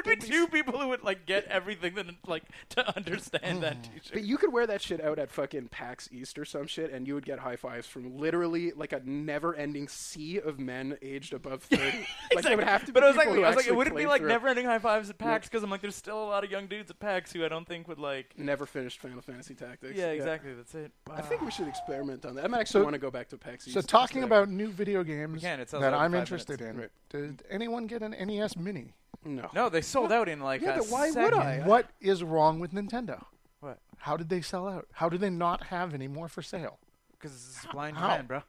there'd be two people who would like get everything that like to understand that T-shirt.
Mm. But you could wear that shit out at fucking PAX East or some shit, and you would get high fives from literally like a never-ending sea of men aged
*laughs*
above thirty. like they would have to. Be
But I was like,
people who
I was like, it
actually
wouldn't be
played
like
through
never-ending high fives at PAX because I'm like, there's still a lot of young dudes at PAX who I don't think would like.
never finished Final Fantasy Tactics.
Yeah, exactly. That's it.
I think we should experiment on that. I might
So-
actually want to go back to PAX East.
So talking
instead.
about new video games
can, it sells
that
out in
I'm
five
interested
minutes.
in. Did anyone get an NES E Mini?
No.
No, they sold out in like
Yeah,
a
then why would
second.
I?
What is wrong with Nintendo?
What?
How did they sell out? How do they not have any more for sale?
Because it's blind
How?
demand, bro.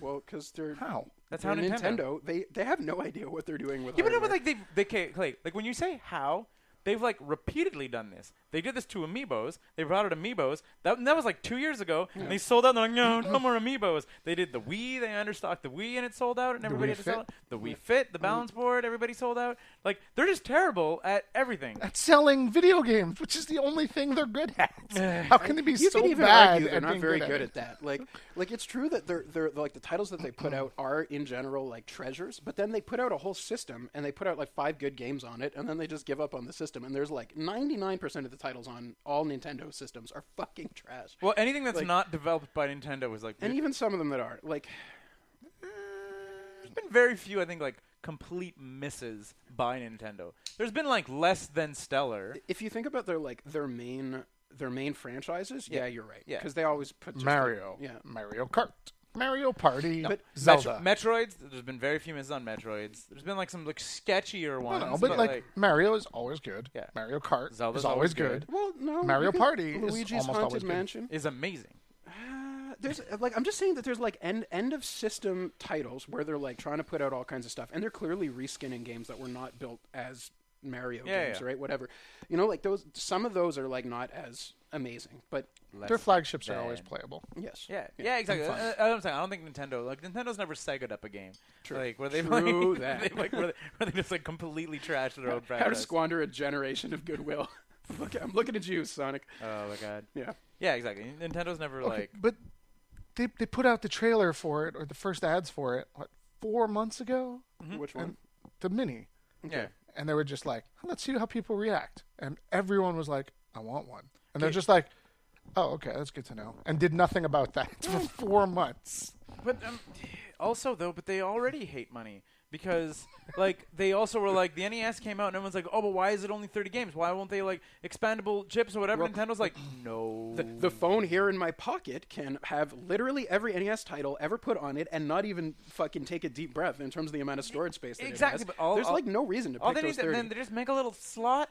Well, because they're
How?
That's
they're
how Nintendo.
Nintendo. They they have no idea what they're doing with.
Yeah, but no, but
hardware.
like they they can't, like, like when you say how, they've like repeatedly done this. They did this to Amiibos. They brought out Amiibos. That that was like two years ago, and they sold out. And they're like, no, no more Amiibos. They did the Wii. They understocked the Wii, and it sold out, and everybody
Wii
had to sell
Fit?
out. The Wii Fit, the balance board, everybody sold out. Like they're just terrible at
*laughs*
everything.
At selling video games, which is the only thing they're good
*sighs*
at. How can they be
you
so
can even
bad
argue they're
at
not
being
very
good,
good
at,
at that. Like, like it's true that they're they're like the titles that they
*clears throat*
put out are in general like treasures, but then they put out a whole system and they put out like five good games on it, and then they just give up on the system. And there's like 99% of the titles on all Nintendo systems are *laughs* fucking trash.
Well, anything that's
Like-
not developed by Nintendo was like.
and even some of them that are like,
there's been very few, I think, like complete misses by Nintendo. There's been like less than stellar.
if you think about their like their main their main franchises, yeah, you're right,
Yeah.
because they always put just, like,
Mario.
yeah.
Mario Kart. Mario Party.
But
Zelda.
Metro- Metroids. There's been very few misses on Metroids. There's been like some like sketchier
I
ones.
don't know, but like, Mario is always good.
Yeah.
Mario Kart
Zelda's
is always
always good.
good.
Well, no,
Mario
you could-
Party is
Luigi's
almost
Haunted
always good.
Mansion.
is amazing.
Uh, there's like I'm just saying that there's like end end of system titles where they're like trying to put out all kinds of stuff, and they're clearly reskinning games that were not built as Mario
Yeah,
games,
yeah.
right? Whatever, you know, like those. Some of those are like not as amazing, but
Their flagships are always
than-
playable.
yes,
Yeah, yeah, exactly.
fine.
Uh, uh, I'm saying I don't think Nintendo like Nintendo's never segged up a game.
True.
Like *laughs* where they
True
like,
that.
they, like where they, where they just like completely trash their own
How to
franchise.
squander a generation of goodwill? *laughs* Look, I'm looking at you, Sonic.
Oh my god.
Yeah,
Yeah, exactly. Nintendo's never like
but they they put out the trailer for it or the first ads for it what four months ago
which one?
the mini
yeah.
and they were just like let's see how people react and everyone was like i want one and they're just like oh okay that's good to know and did nothing about that *laughs* for four months
But um, also though, but they already hate money because like they also were like the NES came out and everyone's like, oh, but why is it only thirty games? Why won't they like expandable chips or whatever? Nintendo's
*clears throat*
like, no.
The, the phone here in my pocket can have literally every NES title ever put on it, and not even fucking take a deep breath in terms of the amount of storage space. That
Exactly,
It has.
but all-
There's
all-
like no reason to
All
pick
they need
those
to, then
thirty.
they just make a little slot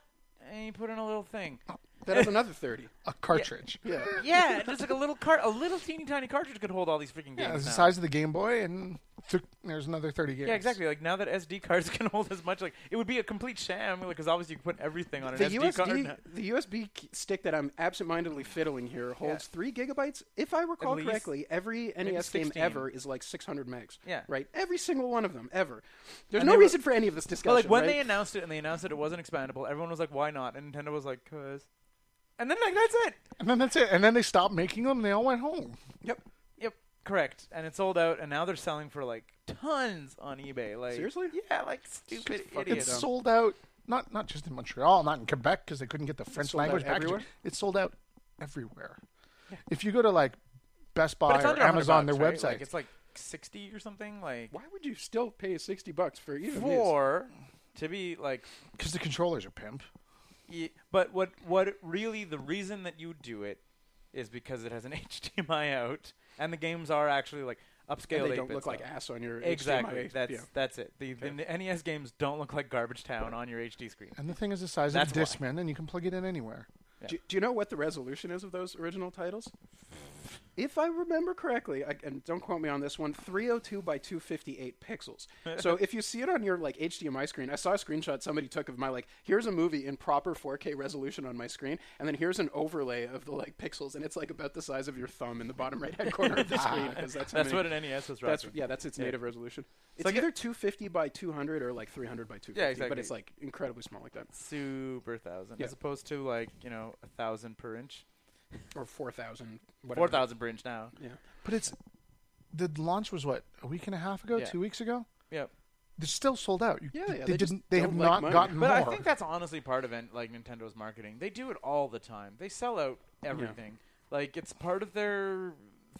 and you put in a little thing.
that is another
*laughs*
thirty.
a cartridge yeah,
Yeah.
Yeah, just like a little cart, a little teeny tiny cartridge could hold all these freaking games.
it's the
now.
size of the game boy and th- there's another 30 games
Yeah, exactly. Like now that SD cards *laughs* can hold as much, like it would be a complete sham. Because obviously you can put everything on an
The
SD
USB,
card. now.
the USB k- stick that I'm absentmindedly fiddling here holds three gigabytes. If I recall
least.
correctly, every NES game
16.
ever is like 600 megs.
Yeah.
Right. Every single one of them ever. There's
And
no
they were-
reason for any of this discussion.
But like when
right?
they announced it and they announced that it wasn't expandable, everyone was like, "Why not?" And Nintendo was like, "Cause," and then like that's it.
and then that's it and then they stopped making them and they all went home
yep.
Yep, correct. And it sold out, and now they're selling for like tons on eBay. Like
Seriously?
Yeah, like stupid
fucking
idiots.
It's sold out. Not not just in Montreal, not in Quebec because they couldn't get the French
sold out
language packaging.
everywhere?
It's sold out everywhere. If you go to like Best
But
Buy
it's
or
under
Amazon,
bucks,
their
right?
website,
Like, it's like sixty or something. Like
Why would you still pay 60 bucks for either of these?
four to be like
because the controllers are pimp.
Ye- but what what really the reason that you do it is because it has an *laughs* HDMI out, and the games are actually like upscaled.
And they don't
8-bit
look like
stuff.
ass on your
Exactly.
HDMI.
That's
Yeah.
that's it. The, the NES games don't look like garbage town on your HD screen.
And the thing is the size of a
That's why.
Discman, and you can plug it in anywhere.
Do, do you know what the resolution is of those original titles? If I remember correctly, I, and don't quote me on this one, 302 by 258 pixels.
*laughs*
so if you see it on your like HDMI screen, I saw a screenshot somebody took of my like, here's a movie in proper 4K resolution on my screen, and then here's an overlay of the like pixels, and it's like about the size of your thumb in the bottom right hand
*laughs*
corner of the screen. 'cause that's, how
That's
many-
what an NES was.
that's
rocking.
yeah, that's its native resolution. It's
like a-
either 250 by 200 or like 300 by 250,
exactly.
but it's like incredibly small like that,
super thousand
Yeah.
as opposed to like you know a thousand per inch,
or 4,000.
four
whatever.
thousand per inch now.
Yeah.
But it's the launch was what a week and a half ago,
Yeah.
two weeks ago.
Yep.
They're still sold out. You,
Yeah,
they,
yeah,
they
they just
didn't. They have
don't like
not
money.
gotten
But
more.
I think that's honestly part of en- like Nintendo's marketing. They do it all the time. They sell out everything. Like it's part of their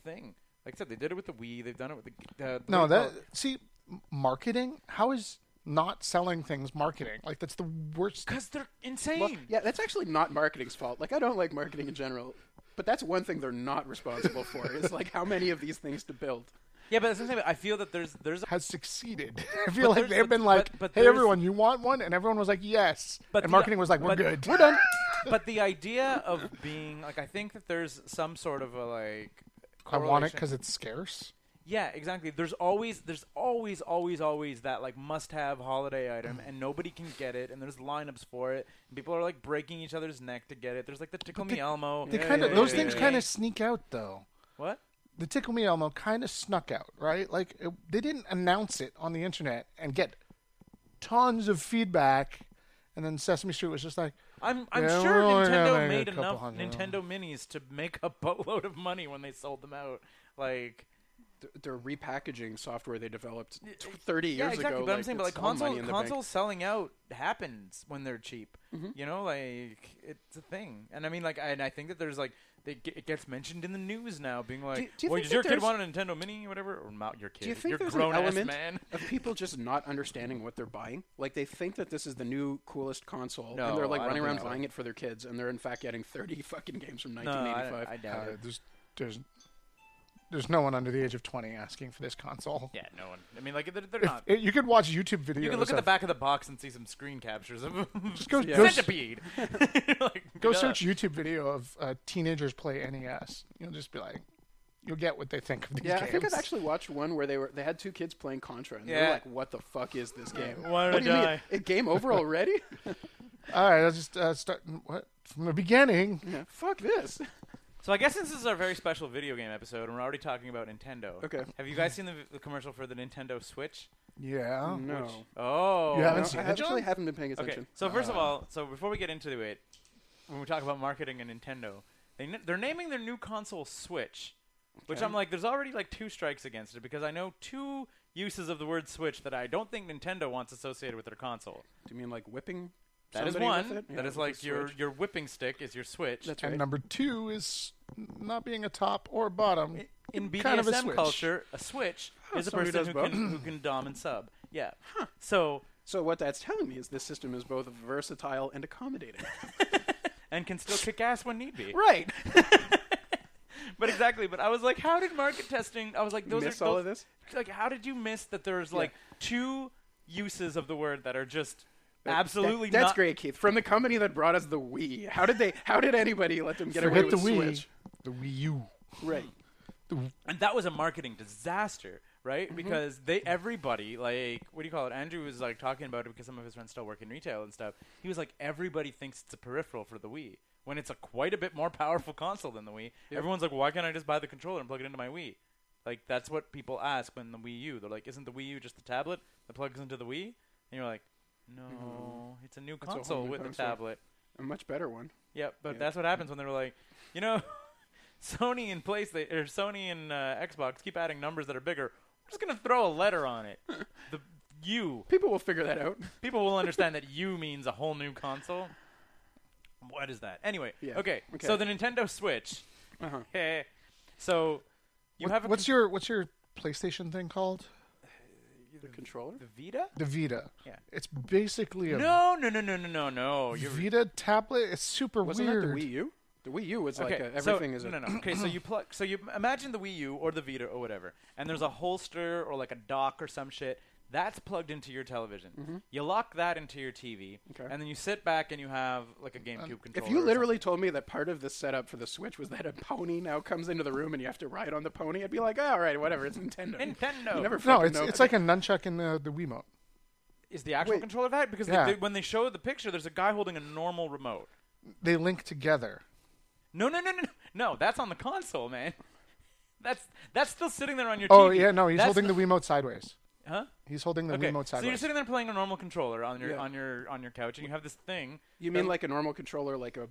thing. Like I said, they did it with the Wii. They've done it with the. Uh,
no,
what do you
that
call it?
see m- marketing. How is not selling things marketing? Like that's the worst.
Cause they're insane.
Well, yeah, that's actually not marketing's fault. Like, I don't like marketing in general, but that's one thing they're not responsible for is like how many of these things to build.
Yeah, but that's what I'm saying. but I feel that there's there's
has succeeded. *laughs* I feel like
there's-
they've
but-
been like,
but- but
"Hey,
there's-
everyone, you want one?" And everyone was like, "Yes."
But
and
the-
marketing was like, "We're
but-
good.
We're done." *laughs* but the idea of being like, I think that there's some sort of a like.
I want it
correlation-
because it's scarce.
Yeah, exactly. There's always, there's always, always, always that like must-have holiday item,
Mm.
and nobody can get it, and there's lineups for it, and people are like breaking each other's neck to get it. There's like the Tickle
they-
Me Elmo.
They
Yeah,
kind of
yeah,
those
yeah,
things
yeah.
kind of sneak out though.
what?
The Tickle Me Elmo kind of snuck out, right? Like it, they didn't announce it on the internet and get tons of feedback, and then Sesame Street was just like, "Uh,
I'm I'm
Yeah,
sure
we're only gonna
Nintendo
make a
made
couple
enough
hundred.
Nintendo minis to make a *laughs* boatload of money when they sold them out. Like
Th- They're repackaging software they developed t- 30
yeah,
years
exactly.
ago.
but I'm saying, but like
it's all
console
money in the bank.
console selling out happens when they're cheap.
Mm-hmm.
You know, like it's a thing. And I mean, like, and I think that there's like they get, it gets mentioned in the news now, being like,
Do- do you
"Well,
think
does
that
your kid
there's-
want a Nintendo Mini or whatever?" Or not your kid?
Do you think
You're
there's an
grown ass
element
man.
of people just not understanding what they're buying? Like they think that this is the new coolest console,
No,
and they're like
I don't
running
think
around
so.
buying it for their kids, and they're in fact getting thirty fucking games
*laughs*
from
No, I,
1985.
I doubt
uh,
it.
"There's there's there's no one under the age of twenty asking for this console."
Yeah, no one. I mean, like they're, they're
*laughs*
not.
It- you could watch YouTube videos.
You can look at the
of-
back of the box and see some screen captures of *laughs*
Just go-
Yeah.
go s-
*laughs*
centipede. *laughs* Like,
Go
duh.
search YouTube video of uh, teenagers play NES. You'll just be like, you'll get what they think of these
yeah,
games.
I think I've actually watched one where they were they had two kids playing Contra, and
Yeah.
they're like, "What the fuck is this game?
Why did
what
I
do you mean?
die?
It
*laughs*
game over already?
All right, I'll just uh, start what from the beginning.
Yeah, fuck this!
So I guess since this is our very special video game episode, and we're already talking about Nintendo.
Okay.
Have you guys seen the, the commercial for the Nintendo Switch?
Yeah.
no,
Oh.
You
I,
haven't seen it, John?
actually haven't been paying
Okay.
attention.
So first of all, so before we get into it, when we talk about marketing and Nintendo, they n- they're naming their new console Switch, which I'm like, there's already like two strikes against it because I know two uses of the word Switch that I don't think Nintendo wants associated with their console.
Do you mean like whipping?
That is
somebody with
one.
it? Yeah,
that is
with a
like your
switch.
your whipping stick is your Switch.
That's
And
right.
number two is not being a top or bottom.
in BDSM
kind of a switch.
culture, a switch is a
somebody
person
does
who
both.
can, who can dom and sub. Yeah. So
So what that's telling me is this system is both versatile and accommodating.
and can still kick ass when need be.
right.
*laughs* But exactly. But I was like, how did market testing? I was like, those
Miss
are
all
those-
of this?
Like, how did you miss that? There's like two uses of the word that are just
That-
*laughs* absolutely.
that- that's
not-
great, Keith. From the company that brought us the Wii. How did they? How did anybody let them get away
Forget
with
the Wii,
Switch?
the Wii U.
Right.
and that was a marketing disaster right
Mm-hmm.
because they everybody like what do you call it andrew was like talking about it because some of his friends still work in retail and stuff he was like everybody thinks it's a peripheral for the wii when it's a quite a bit more powerful console than the wii everyone's like why can't i just buy the controller and plug it into my wii like that's what people ask when the wii u they're like isn't the wii u just the tablet that plugs into the wii and you're like no it's a new
Mm-hmm. a whole
console
new
with a
console.
tablet
A much better one.
Yep, but
Yeah.
that's what happens when they were like, you know, *laughs* Sony and PlayStation or Sony and uh, Xbox keep adding numbers that are bigger. We're just gonna throw a letter on it. the U.
People will figure that out.
People will understand that U means a whole new console. What is that? Anyway,
Yeah,
okay.
okay.
So the Nintendo Switch.
Uh-huh.
Heh. so you have a
what's your what's your PlayStation thing called?
The controller.
the Vita?
The Vita.
Yeah.
It's basically a
No, no, no, no, no, no, no. You're
Vita tablet. It's super
Wasn't
weird.
that the Wii U? The Wii U was like a,
so-
everything is a,
no, no, no.
*clears throat*
okay, so you plug, so you imagine the Wii U or the Vita or whatever, and there's a holster or like a dock or some shit that's plugged into your television. You lock that into your TV,
Mm-hmm. Okay.
and then you sit back and you have like a GameCube controller.
If you
or
literally told me that part of the setup for the Switch was that a pony now comes into the room and you have to ride on the pony, I'd be like, oh, all right, whatever, it's Nintendo.
Nintendo.
You never
No,
fucking
it's
know.
it's like a nunchuck in the the Wiimote.
something. is the actual
Wait.
controller that because
Yeah.
they, they, when they show the picture, there's a guy holding a normal remote.
They link together.
No, no, no, no, no. no. That's on the console, man. *laughs* That's that's still sitting there on your.
Oh
TV.
yeah, no, he's
That's
holding the Wiimote sideways.
Huh?
He's holding the
Okay,
Wiimote
so
sideways.
you're sitting there playing a normal controller on your
Yeah.
on your on your couch, and you have this thing.
You mean like a normal controller, like a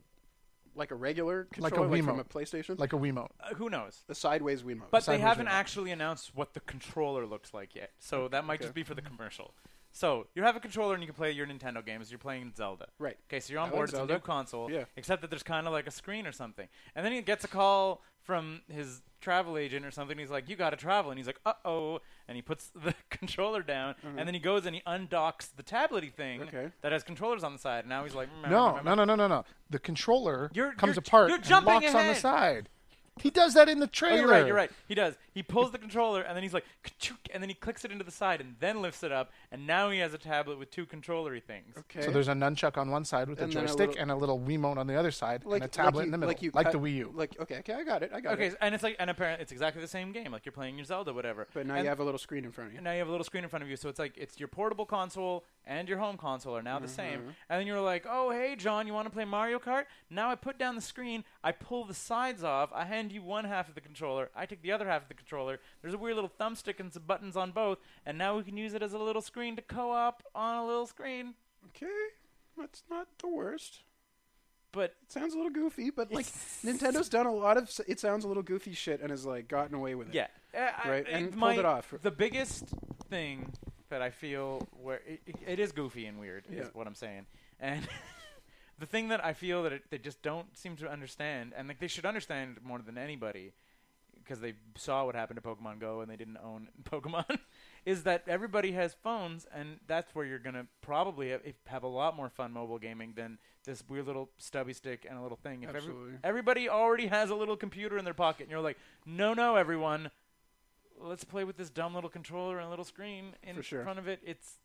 like a regular
Like a
controller, like, from
Wiimote.
a PlayStation,
like a Wiimote.
Uh, who knows?
a sideways Wiimote.
But they
Sideways
haven't
remote.
actually announced what the controller looks like yet. So that might just be for the commercial. So you have a controller and you can play your Nintendo games. You're playing Zelda.
Right.
Okay, so you're on
I
board. It's
like
a
Zelda.
new console.
Yeah.
Except that there's kind of like a screen or something. And then he gets a call from his travel agent or something. He's like, "You got to travel," and he's like, "Uh oh," and he puts *laughs* the controller down. And then he goes and he undocks the tablety thing
Uh-huh. Okay.
that has controllers on the side. And now he's like,
No, no, no, no, no, no. The controller
You're-
comes
you're-
apart
you're
and
jumping
locks on the
ahead.
side. He does that in the
Oh,
trailer.
you're right. You're right. He does. He pulls the controller and then he's like, "Ka-chook," and then he clicks it into the side and then lifts it up, and now he has a tablet with two controllery things.
Okay.
So there's a nunchuck on one side with
And
a
then a
joystick
little-
and a little Wiimote on the other side and a tablet
you-
in the middle, like,
you
the
cut-
Wii U.
Like okay, okay, I got it. I got
Okay,
it.
s- and it's like, and apparently it's exactly the same game. Like you're playing your Zelda, whatever.
But now
and
you have a little screen in front of you.
and now you have a little screen in front of you, so it's like it's your portable console and your home console are now the same. And then you're like, oh hey John, you want to play Mario Kart? Now I put down the screen, I pull the sides off, I hand you one half of the controller, I take the other half of the controller. There's a weird little thumbstick and some buttons on both, and now we can use it as a little screen to co-op on a little screen.
Okay, that's not the worst.
But
It sounds a little goofy, but
*laughs*
like Nintendo's done a lot of. s- It sounds a little goofy shit, and has like gotten away with it.
yeah, Uh, I-
Right, and
it-
pulled
my-
it off.
The biggest thing that I feel where it, it, it is goofy and weird
Yeah.
is what I'm saying, and *laughs* the thing that I feel that it, they just don't seem to understand, and like they should understand more than anybody, because they saw what happened to Pokemon Go and they didn't own *laughs* Pokemon, is that everybody has phones, and that's where you're gonna probably have, if- have a lot more fun mobile gaming than this weird little stubby stick and a little thing. If every-
Absolutely.
everybody already has a little computer in their pocket, and you're like, no, no, everyone, let's play with this dumb little controller and little screen in
For sure.
front of it. It's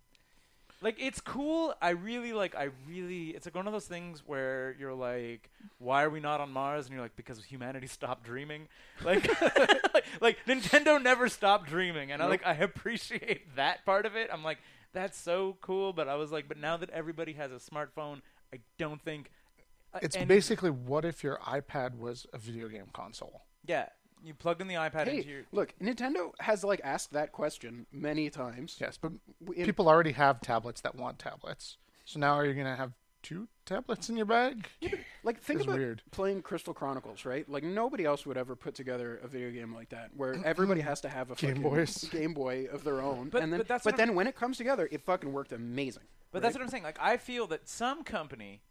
like it's cool. I really like. I really. It's like one of those things where you're like, "Why are we not on Mars?" And you're like, "Because humanity *laughs* stopped dreaming." Like, *laughs* like, like, Nintendo never stopped dreaming, and I like. I appreciate that part of it. I'm like, that's so cool. But I was like, but now that everybody has a smartphone, I don't think uh,
It's
any-
basically what if your iPad was a video game console?
yeah. You plugged in the iPad into your
Hey, look, Nintendo has like asked that question many times.
Yes, but
W- in-
people already have tablets that want tablets. So now are you going to have two tablets in your bag?
Like think
It's
about
weird.
playing Crystal Chronicles, right? Like nobody else would ever put together a video game like that,
*clears throat*
where everybody has to have a
Game
fucking
Boys.
Game Boy of their own.
But-
and then,
but that's what I'm-
then when it comes together, it fucking worked amazing.
But that's what I'm saying. Like I feel that some company,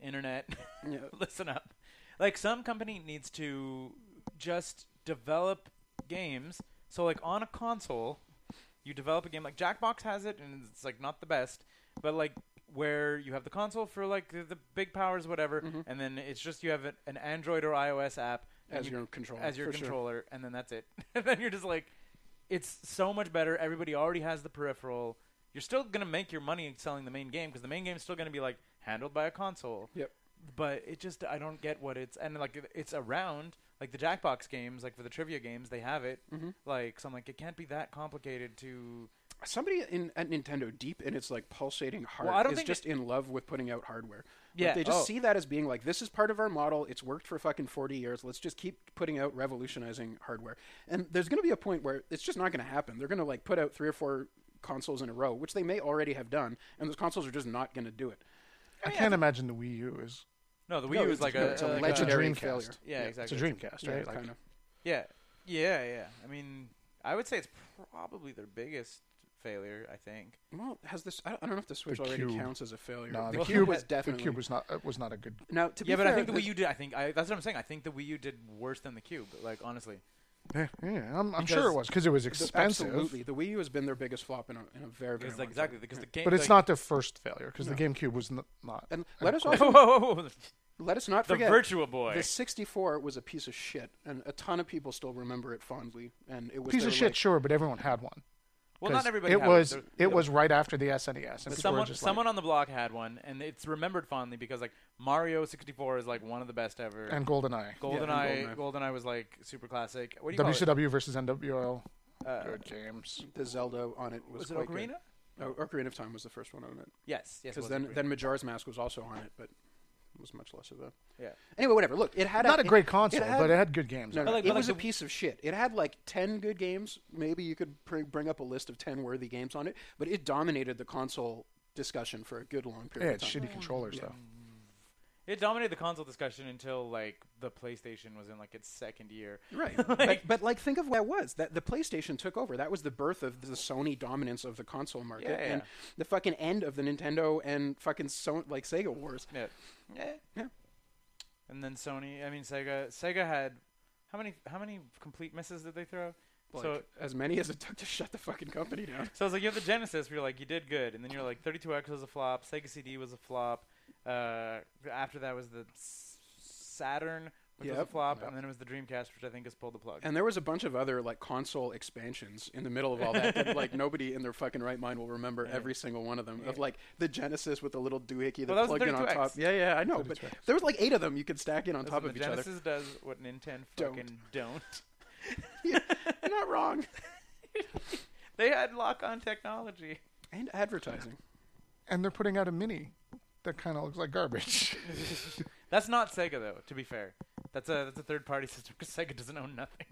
internet, *laughs*
Yeah.
listen up. Like some company needs to just develop games. So like on a console, you develop a game like Jackbox has it, and it's like not the best, but like where you have the console for like the, the big powers, whatever,
Mm-hmm.
and then it's just you have a, an Android or iOS app and
As
you-
your controller,
as your
for sure.
controller, and then that's it. *laughs* and then you're just like, it's so much better. Everybody already has the peripheral. You're still gonna make your money selling the main game because the main game's still gonna be like handled by a console.
Yep.
But it just I don't get what it's and like it- it's around like the Jackbox games like for the trivia games they have it
Mm-hmm.
like so I'm like it can't be that complicated to
Somebody in at Nintendo, deep in its like pulsating heart,
I don't
is
think
just in love with putting out hardware. Like,
Yeah,
they just
oh.
see that as being like, this is part of our model. It's worked for fucking forty years. Let's just keep putting out revolutionizing hardware. And there's going to be a point where it's just not going to happen. They're going to like put out three or four consoles in a row, which they may already have done, and those consoles are just not going to do it.
I can't imagine the Wii U is
no the Wii
No,
U
it's
is like
a-
a,
Uh, it's a
like
it's a
legendary-
dream
failure.
cast.
yeah,
Yeah,
exactly
It's a Dreamcast, right? Like,
kind of.
yeah yeah yeah I mean I would say it's probably their biggest failure I think
Well, has this? I don't I don't know if the Switch already
Cube.
counts as a failure.
No,
the,
the
cube
Cube-
was
the
definitely
Cube was not uh, was not a good.
Now, to be
yeah, but I
fair,
think the Wii U did. I think I, that's what I'm saying. I think the Wii U did worse than the Cube. Like honestly,
Yeah, I'm, I'm sure it
Because
was because it was
the-
expensive.
Absolutely, the Wii U has been their biggest flop in a, in a very, very
because
long
like,
time.
exactly because the game.
But it's
like-
not their first failure because the GameCube was n- not.
And let us
*laughs*
also
Whoa, whoa, whoa, whoa.
let us not
The
forget
Virtua Boy.
The 64 was a piece of shit, and a ton of people still remember it fondly. And it was
piece
their,
of shit,
like-
sure, but everyone had one.
well, not
'Cause
everybody.
It
had
was
There-
it was right after the SNES, and people were
someone
just
someone on the block had one, and it's remembered fondly because like Mario 64 is like one of the best ever.
like, and GoldenEye,
GoldenEye,
and
GoldenEye was like super classic. What do you call it?
WCW versus NWO,
Uh,
good games.
the Zelda on it was,
Was it
quite
Ocarina?
Good. Oh, Ocarina of Time was the first one on it.
Yes, yes. it
Because
was
then,
Ocarina.
then Majora's Mask was also on it, but it was much less of a.
yeah.
Anyway, whatever. Look, it had
Not a
it-
great console,
had-
but it had good games.
No,
on
no,
it.
like-
it
but like
was a
the-
piece of shit. It had like 10 good games. Maybe you could pr- bring up a list of 10 worthy games on it, but it dominated the console discussion for a good long
Yeah,
period of
it's
time.
shitty controllers though.
It dominated the console discussion until like the PlayStation was in like its second year. *laughs*
Right.
Like-
but, but like think of what it was. That the PlayStation took over. That was the birth of the Sony dominance of the console market
Yeah, yeah.
and the fucking end of the Nintendo and fucking so- like Sega wars.
Yeah.
Yeah.
And then Sony, I mean Sega. Sega had how many how many complete misses did they throw?
Like,
so
as many as it took to shut the fucking company down.
so it's like you have the Genesis, where you're like you did good, and then you're like 32X was a flop, Sega CD was a flop. Uh, after that was the S- Saturn, which was
Yep.
a flop, and then it was the Dreamcast, which I think has pulled the plug.
And there was a bunch of other like console expansions in the middle of all that. that like nobody in their fucking right mind will remember every single one of them. Of like the Genesis with the little doohickey that,
Well, that was
plugged in on
32X.
top. Yeah, yeah, I know. But
32X.
there was like eight of them you could stack in on
Listen,
top
the
of each
Genesis
other.
does what Nintendo
Don't.
fucking don't.
*laughs*
*laughs*
You're not wrong.
They had lock on technology.
And
*laughs*
advertising.
And they're putting out a mini that kind of looks like
*laughs*
garbage.
That's not Sega though. To be fair, that's a that's a third party system because Sega doesn't own nothing.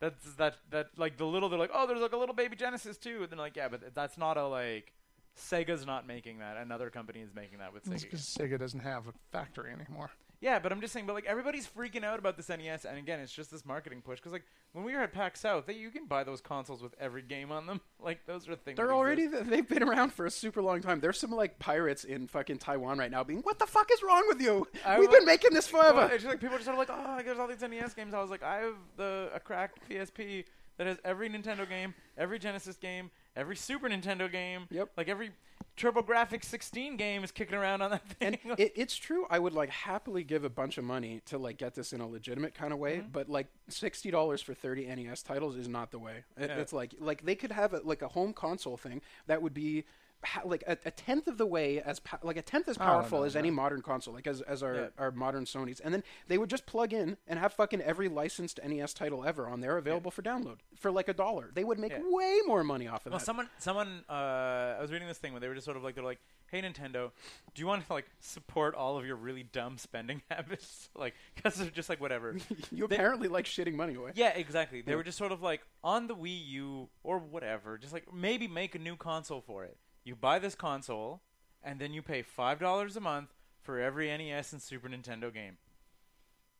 That's that that like the little they're like oh there's like a little baby Genesis too and they're like yeah but that's not a like Sega's not making that another company is making that
*laughs*
with
It's
Sega.
because Sega doesn't have a factory anymore.
Yeah, but I'm just saying, but like everybody's freaking out about this NES, and again, it's just this marketing push. Because like when we were at PAX South, they, you can buy those consoles with every game on them. *laughs* Like those are things.
They're
that
already
exist.
they've been around for a super long time. There's some like pirates in fucking Taiwan right now being, What the fuck is wrong with you?
I
We've
wa-
been making this
Well,
forever.
it's just like people are just sort of like, oh, there's all these NES games. I was like, I have the a cracked PSP that has every Nintendo game, every Genesis game, every Super Nintendo game.
Yep.
Like every TurboGrafx 16 game is kicking around on that
and
*laughs* thing. Like,
it, it's true i would like happily give a bunch of money to like get this in a legitimate kind of way but like $60 for 30 nes titles is not the way It-
Yeah.
it's like like they could have a, like a home console thing that would be ha- like a, a tenth of the way as po- like a tenth as
don't
powerful
know,
as any modern console like as, as our,
Yeah.
our modern sonys and then they would just plug in and have fucking every licensed nes title ever on there available for download for like a dollar they would make
Yeah.
way more money off of
Well,
that
someone, someone, uh, I was reading this thing where they were just sort of like, they're like, "Hey Nintendo, do you want to like support all of your really dumb spending *laughs* habits? like, because they're just like
*laughs*
whatever."
you apparently like shitting money away
yeah, exactly. They were just sort of like on the Wii U or whatever, just like maybe make a new console for it. You buy this console, and then you pay five dollars a month for every NES and Super Nintendo game.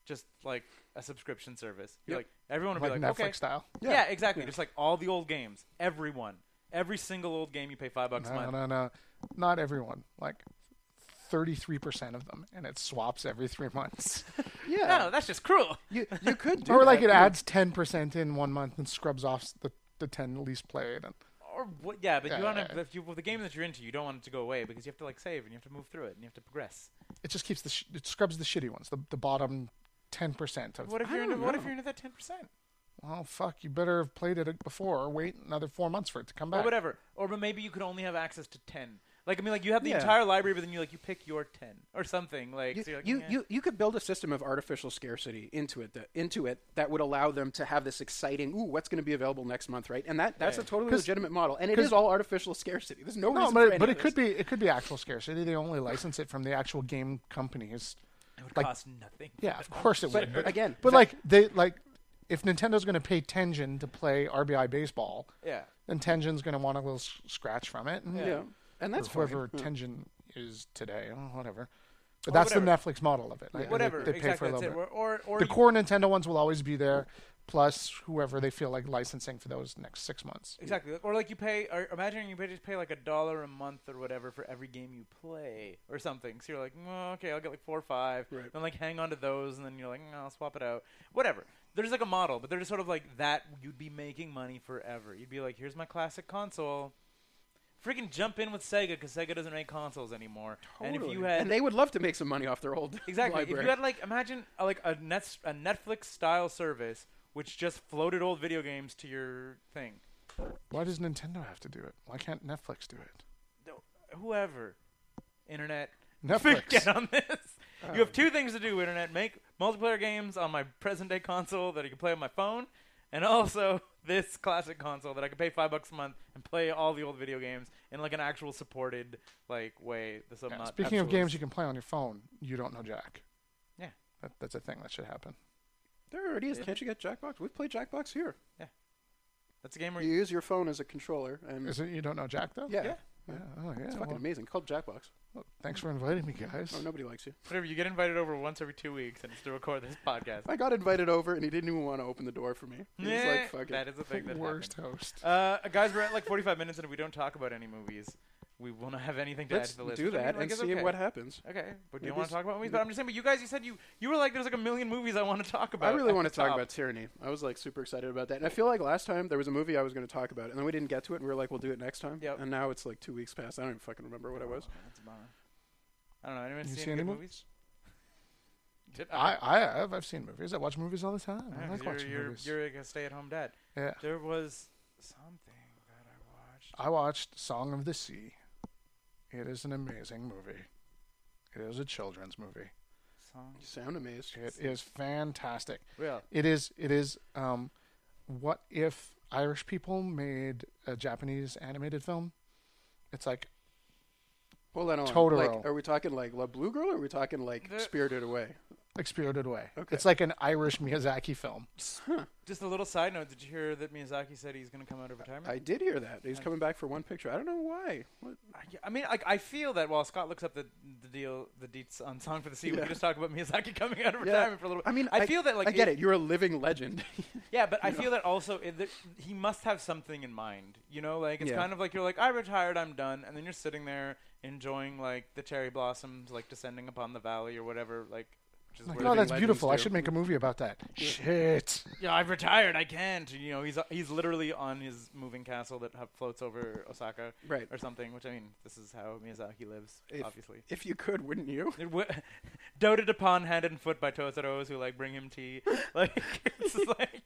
Just like a subscription service. You're
Yep.
like everyone would
Like
be like,
Netflix
okay,
style.
yeah, exactly. Just like all the old games, everyone, every single old game, you pay five bucks a
No,
month.
no, no. Not everyone. Like 33% of them. And it swaps every three months. *laughs*
yeah
No, that's just cruel.
you, you *laughs* could do
or like
that,
it
yeah.
adds 10% in one month and scrubs off s- the, the 10 least played. And
Or what? Yeah, but you
Yeah,
want
yeah, yeah.
to. If you, well, the game that you're into, you don't want it to go away because you have to like save and you have to move through it and you have to progress.
it just keeps the, sh- it scrubs the shitty ones, the, the bottom 10% of
What if
I
you're into?
don't
What if
know.
you're into that ten percent?
well, fuck, you better have played it before or wait another four months for it to come
Or
back.
whatever. Or but maybe you could only have access to ten. Like I mean, like you have the
Yeah.
entire library, but then you like you pick your ten or something. Like
you,
so you're like,
you,
"Eh."
you, you could build a system of artificial scarcity into it that into it that would allow them to have this exciting ooh what's going to be available next month right and that that's a totally
'Cause-
legitimate model and it is all artificial scarcity there's no,
No,
reason
but
for
it, but
any
it
of
could
this.
be it could be actual scarcity. They only license it from the actual game companies.
it would
like-
cost nothing. *laughs*
Yeah, of course it
but,
would.
but again
But
that-
like they like, if Nintendo's going to pay Tengen to play RBI baseball,
Yeah.
then Tengen's going to want a little s- scratch from it. And
yeah. and that's
or
fine.
whoever
Hmm.
Tengen is today, oh, whatever.
Or
But that's
whatever.
the Netflix model of it. Like, they-
Whatever.
they, pay
exactly.
for a
that's
little
it.
bit.
Or or, or
The
you-
core Nintendo ones will always be there, plus whoever they feel like licensing for those next six months.
Exactly. Or like you pay, or imagine you pay, just pay like a dollar a month or whatever for every game you play or something. So you're like, "Mm, okay, I'll get like four or five.
Right.
Then like hang on to those, and then you're like, "Mm, I'll swap it out. Whatever. There's like a model, but they're just sort of like that. You'd be making money forever. You'd be like, here's my classic console. Freaking jump in with Sega because Sega doesn't make consoles anymore. And if
Totally.
you had
and they would love to make some money off their old
*laughs* Exactly.
library.
If you had like imagine uh, like a net a Netflix style service which just floated old video games to your thing,
Why does Nintendo have to do it? Why can't Netflix do it?
Th- whoever, internet, *laughs*
Netflix.
get on this. you have two things to do, internet: make multiplayer games on my present day console that I can play on my phone, and also *laughs* this classic console that I can pay five bucks a month and play all the old video games in like an actual supported like way. This I'm not
Speaking of
absolutist.
games you can play on your phone, you don't know Jack.
Yeah.
That, that's a thing that should happen.
there already is can't you get jackbox we've played jackbox here
that's a game where
you use your phone as a controller and
Is it you don't know Jack though?
yeah,
Hmm. Yeah.
Yeah, oh, yeah.
it's fucking
well,
amazing called jackbox
well, thanks for inviting me, guys.
oh nobody likes you
whatever you get invited over once every two weeks and it's to record this podcast.
*laughs*
i got invited over and he didn't even want to open the door for me he was
Eh,
like fuck it.
that is a thing
*laughs*
that
Worst
happened.
host.
Uh, guys, we're at like 45 minutes, and if we don't talk about any movies, we will not have anything to add
let's
to the list.
do
which I mean,
that
like,
and
is
see
okay.
what happens
Okay, but do you
Maybe
want
s-
to talk about movies? But I'm just saying. But you guys, you said you you were like, there's like a million movies I want to talk
I
about.
really
at
want
the
to talk
top.
about Tyranny. I was like super excited about that. And I feel like last time there was a movie I was going to talk about, and then we didn't get to it, and we were like, we'll do it next time.
Yep.
And now it's like two weeks past. I don't even fucking remember what I was.
Oh, that's a bummer. I don't know. Anyone
You
seen
see any
good
mo-
movies? did I?
I, I have. I've seen movies. I watch movies all the time. I
Yeah,
like
'cause you're-
watching
you're,
movies.
You're like a stay-at-home dad.
yeah.
There was something that I watched.
I watched Song of the Sea. It is an amazing movie. It is a children's movie.
Song.
You sound amazed.
It is fantastic.
Well,
It is. It is. Um, what if Irish people made a Japanese animated film? It's like
Hold on, hold on.
Totoro.
Like, are we talking like La Blue Girl, or are we talking like
The-
Spirited Away?
like Spirited Away.
Okay.
It's like an Irish Miyazaki film.
just a little side note. Did you hear that Miyazaki said he's going to come out of retirement?
I did hear that he's coming back for one picture. I don't know why. What?
I, I mean, like I feel that while Scott looks up the the deal, the deets on Song for the Sea, we can just talk about Miyazaki *laughs* coming out of retirement for a little.
I mean,
I, feel that like
I get it. You're a living legend. *laughs*
Yeah, but I feel that also it, th- he must have something in mind. You know, like it's
Yeah.
kind of like you're like I retired, I'm done, and then you're sitting there enjoying like the cherry blossoms like descending upon the valley or whatever. Like, which is
Like,
where
oh,
they-
that's
legends
beautiful. I
do.
should make a movie about that. Shit.
yeah, I've retired, I can't. You know, he's he's literally on his moving castle that ha- floats over Osaka
Right.
or something. Which I mean, this is how Miyazaki lives,
If-
obviously.
if you could, wouldn't you? *laughs*
It w- *laughs* doted upon hand and foot by Tozaros who like bring him
*laughs*
tea. Like it's just like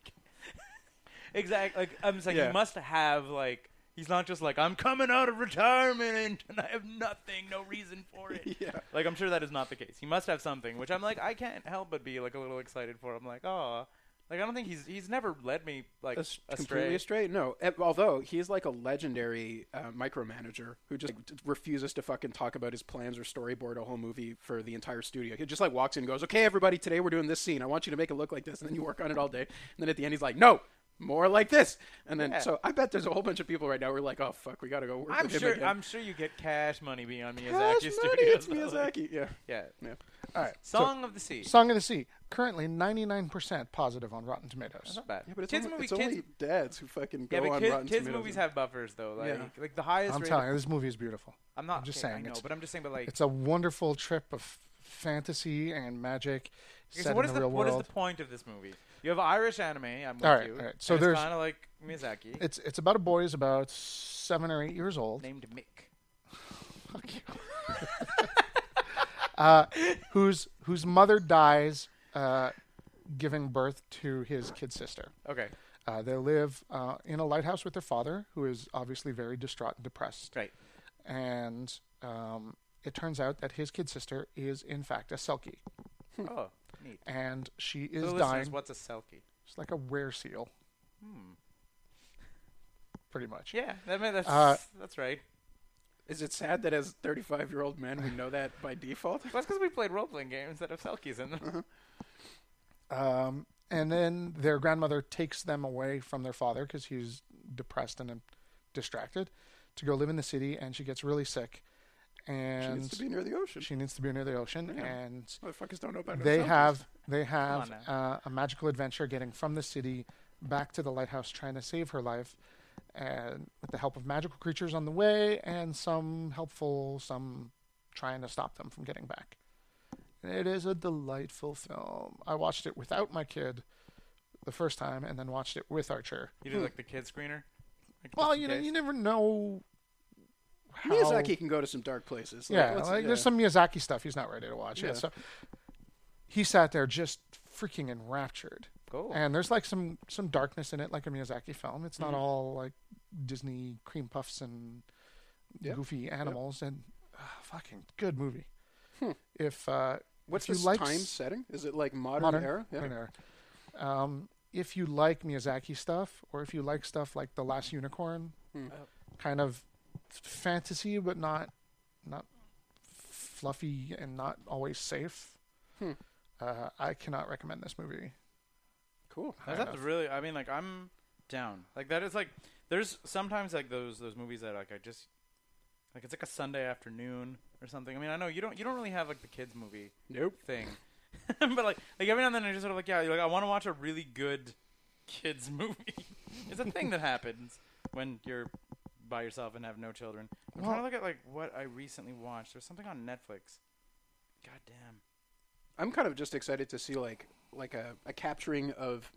exactly like I'm saying
Yeah.
he must have like he's not just like I'm coming out of retirement *laughs* and I have nothing, no reason for it.
*laughs* Yeah.
Like I'm sure that is not the case. He must have something, which I'm like I can't help but be like a little excited for. I'm like oh. Like I don't think he's he's never led me like
That's
astray.
completely astray. No, Eh, although he's like a legendary uh, micromanager who just like, d- refuses to fucking talk about his plans or storyboard a whole movie for the entire studio. He just like walks in and goes, "Okay, everybody, today we're doing this scene. I want you to make it look like this." And then you work on it all day. And then at the end, he's like, "No." More like this, and then so I bet there's a whole bunch of people right now who are like, "Oh fuck, we gotta go work
I'm
with him
sure
again."
I'm sure you get cash money being on
Cash
Miyazaki
money,
Studios.
it's
though, *laughs* like,
Miyazaki. Yeah,
yeah.
yeah.
All right. so-
Song of the Sea.
Song of the Sea. Currently 99% positive on Rotten
That's
Tomatoes.
not bad.
Yeah, but it's,
kids
only,
movie,
it's
kids,
only dads who fucking
yeah,
go
but
on
kids,
Rotten
kids
Tomatoes
movies
and-
have buffers though. Like,
Yeah.
like the highest.
I'm
rated-
telling you, this movie is beautiful.
I'm not
I'm just
okay, I
saying,
know,
it's-
but I'm just saying. But like,
It's a wonderful trip of fantasy and magic set
okay, so what
in
is
the
the,
real
what is
world.
the point of this movie? You have Irish anime. I'm with
All right,
you.
all right, so
and
there's-
kind of like Miyazaki,
It's it's about a boy who's about seven or eight years old
named Mick.
Fuck you. uh, whose whose mother dies, uh, giving birth to his kid sister.
Okay,
Uh, they live uh, in a lighthouse with their father, who is obviously very distraught and depressed.
right.
And um, it turns out that his kid sister is in fact a selkie,
oh, neat.
and she
So
Hmm. is
listeners,
dying.
What's a selkie?
It's like a were seal.
Hmm.
Pretty much.
Yeah, I mean, that's
Uh,
that's right.
Is it sad that as 35 year old men we know that by default?
Well, that's because we played role playing games that have selkies
*laughs*
in them.
Um, and then their grandmother takes them away from their father because he's depressed and um, distracted to go live in the city. And she gets really sick, and
She needs to be near the ocean.
she needs to be near the ocean.
Yeah.
And
Motherfuckers don't know about
they
themselves.
have they have
on
uh, a magical adventure getting from the city back to the lighthouse, trying to save her life, and with the help of magical creatures on the way, and some helpful, some trying to stop them from getting back. It is a delightful film. I watched it without my kid the first time, and then watched it with Archer.
You did like the kid screener. Like,
Well,
just in
you know,
case.
you never know. How,
Miyazaki can go to some dark places.
yeah,
let's-
like there's
yeah.
some Miyazaki stuff he's not ready to watch
Yeah.
yet. So he sat there just freaking enraptured.
Cool.
And there's like some some darkness in it, like a Miyazaki film. It's not
Mm-hmm.
all like Disney cream puffs and
Yep. Hmm.
goofy animals. And uh, fucking good movie. If uh,
What's
if you
this
like
time
s-
setting? Is it like modern,
modern
era? Yeah.
modern era. Um, if you like Miyazaki stuff, or if you like stuff like The Last Unicorn,
Hmm.
kind of f- fantasy but not not fluffy and not always safe.
Hmm.
Uh, I cannot recommend this movie.
Cool.
high
That's not
enough.
really. I mean, like I'm down. Like that is like there's sometimes like those those movies that like I just like it's like a Sunday afternoon or something. I mean, I know you don't you don't really have like the kids movie
Nope.
thing, *laughs* but like like every now and then I just sort of like yeah like I want to watch a really good kids *laughs* movie. it's a thing that happens when you're by yourself and have no children. I'm trying to
Well-
look at like what I recently watched. There's something on Netflix. God damn.
I'm kind of just excited to see like like a, a capturing of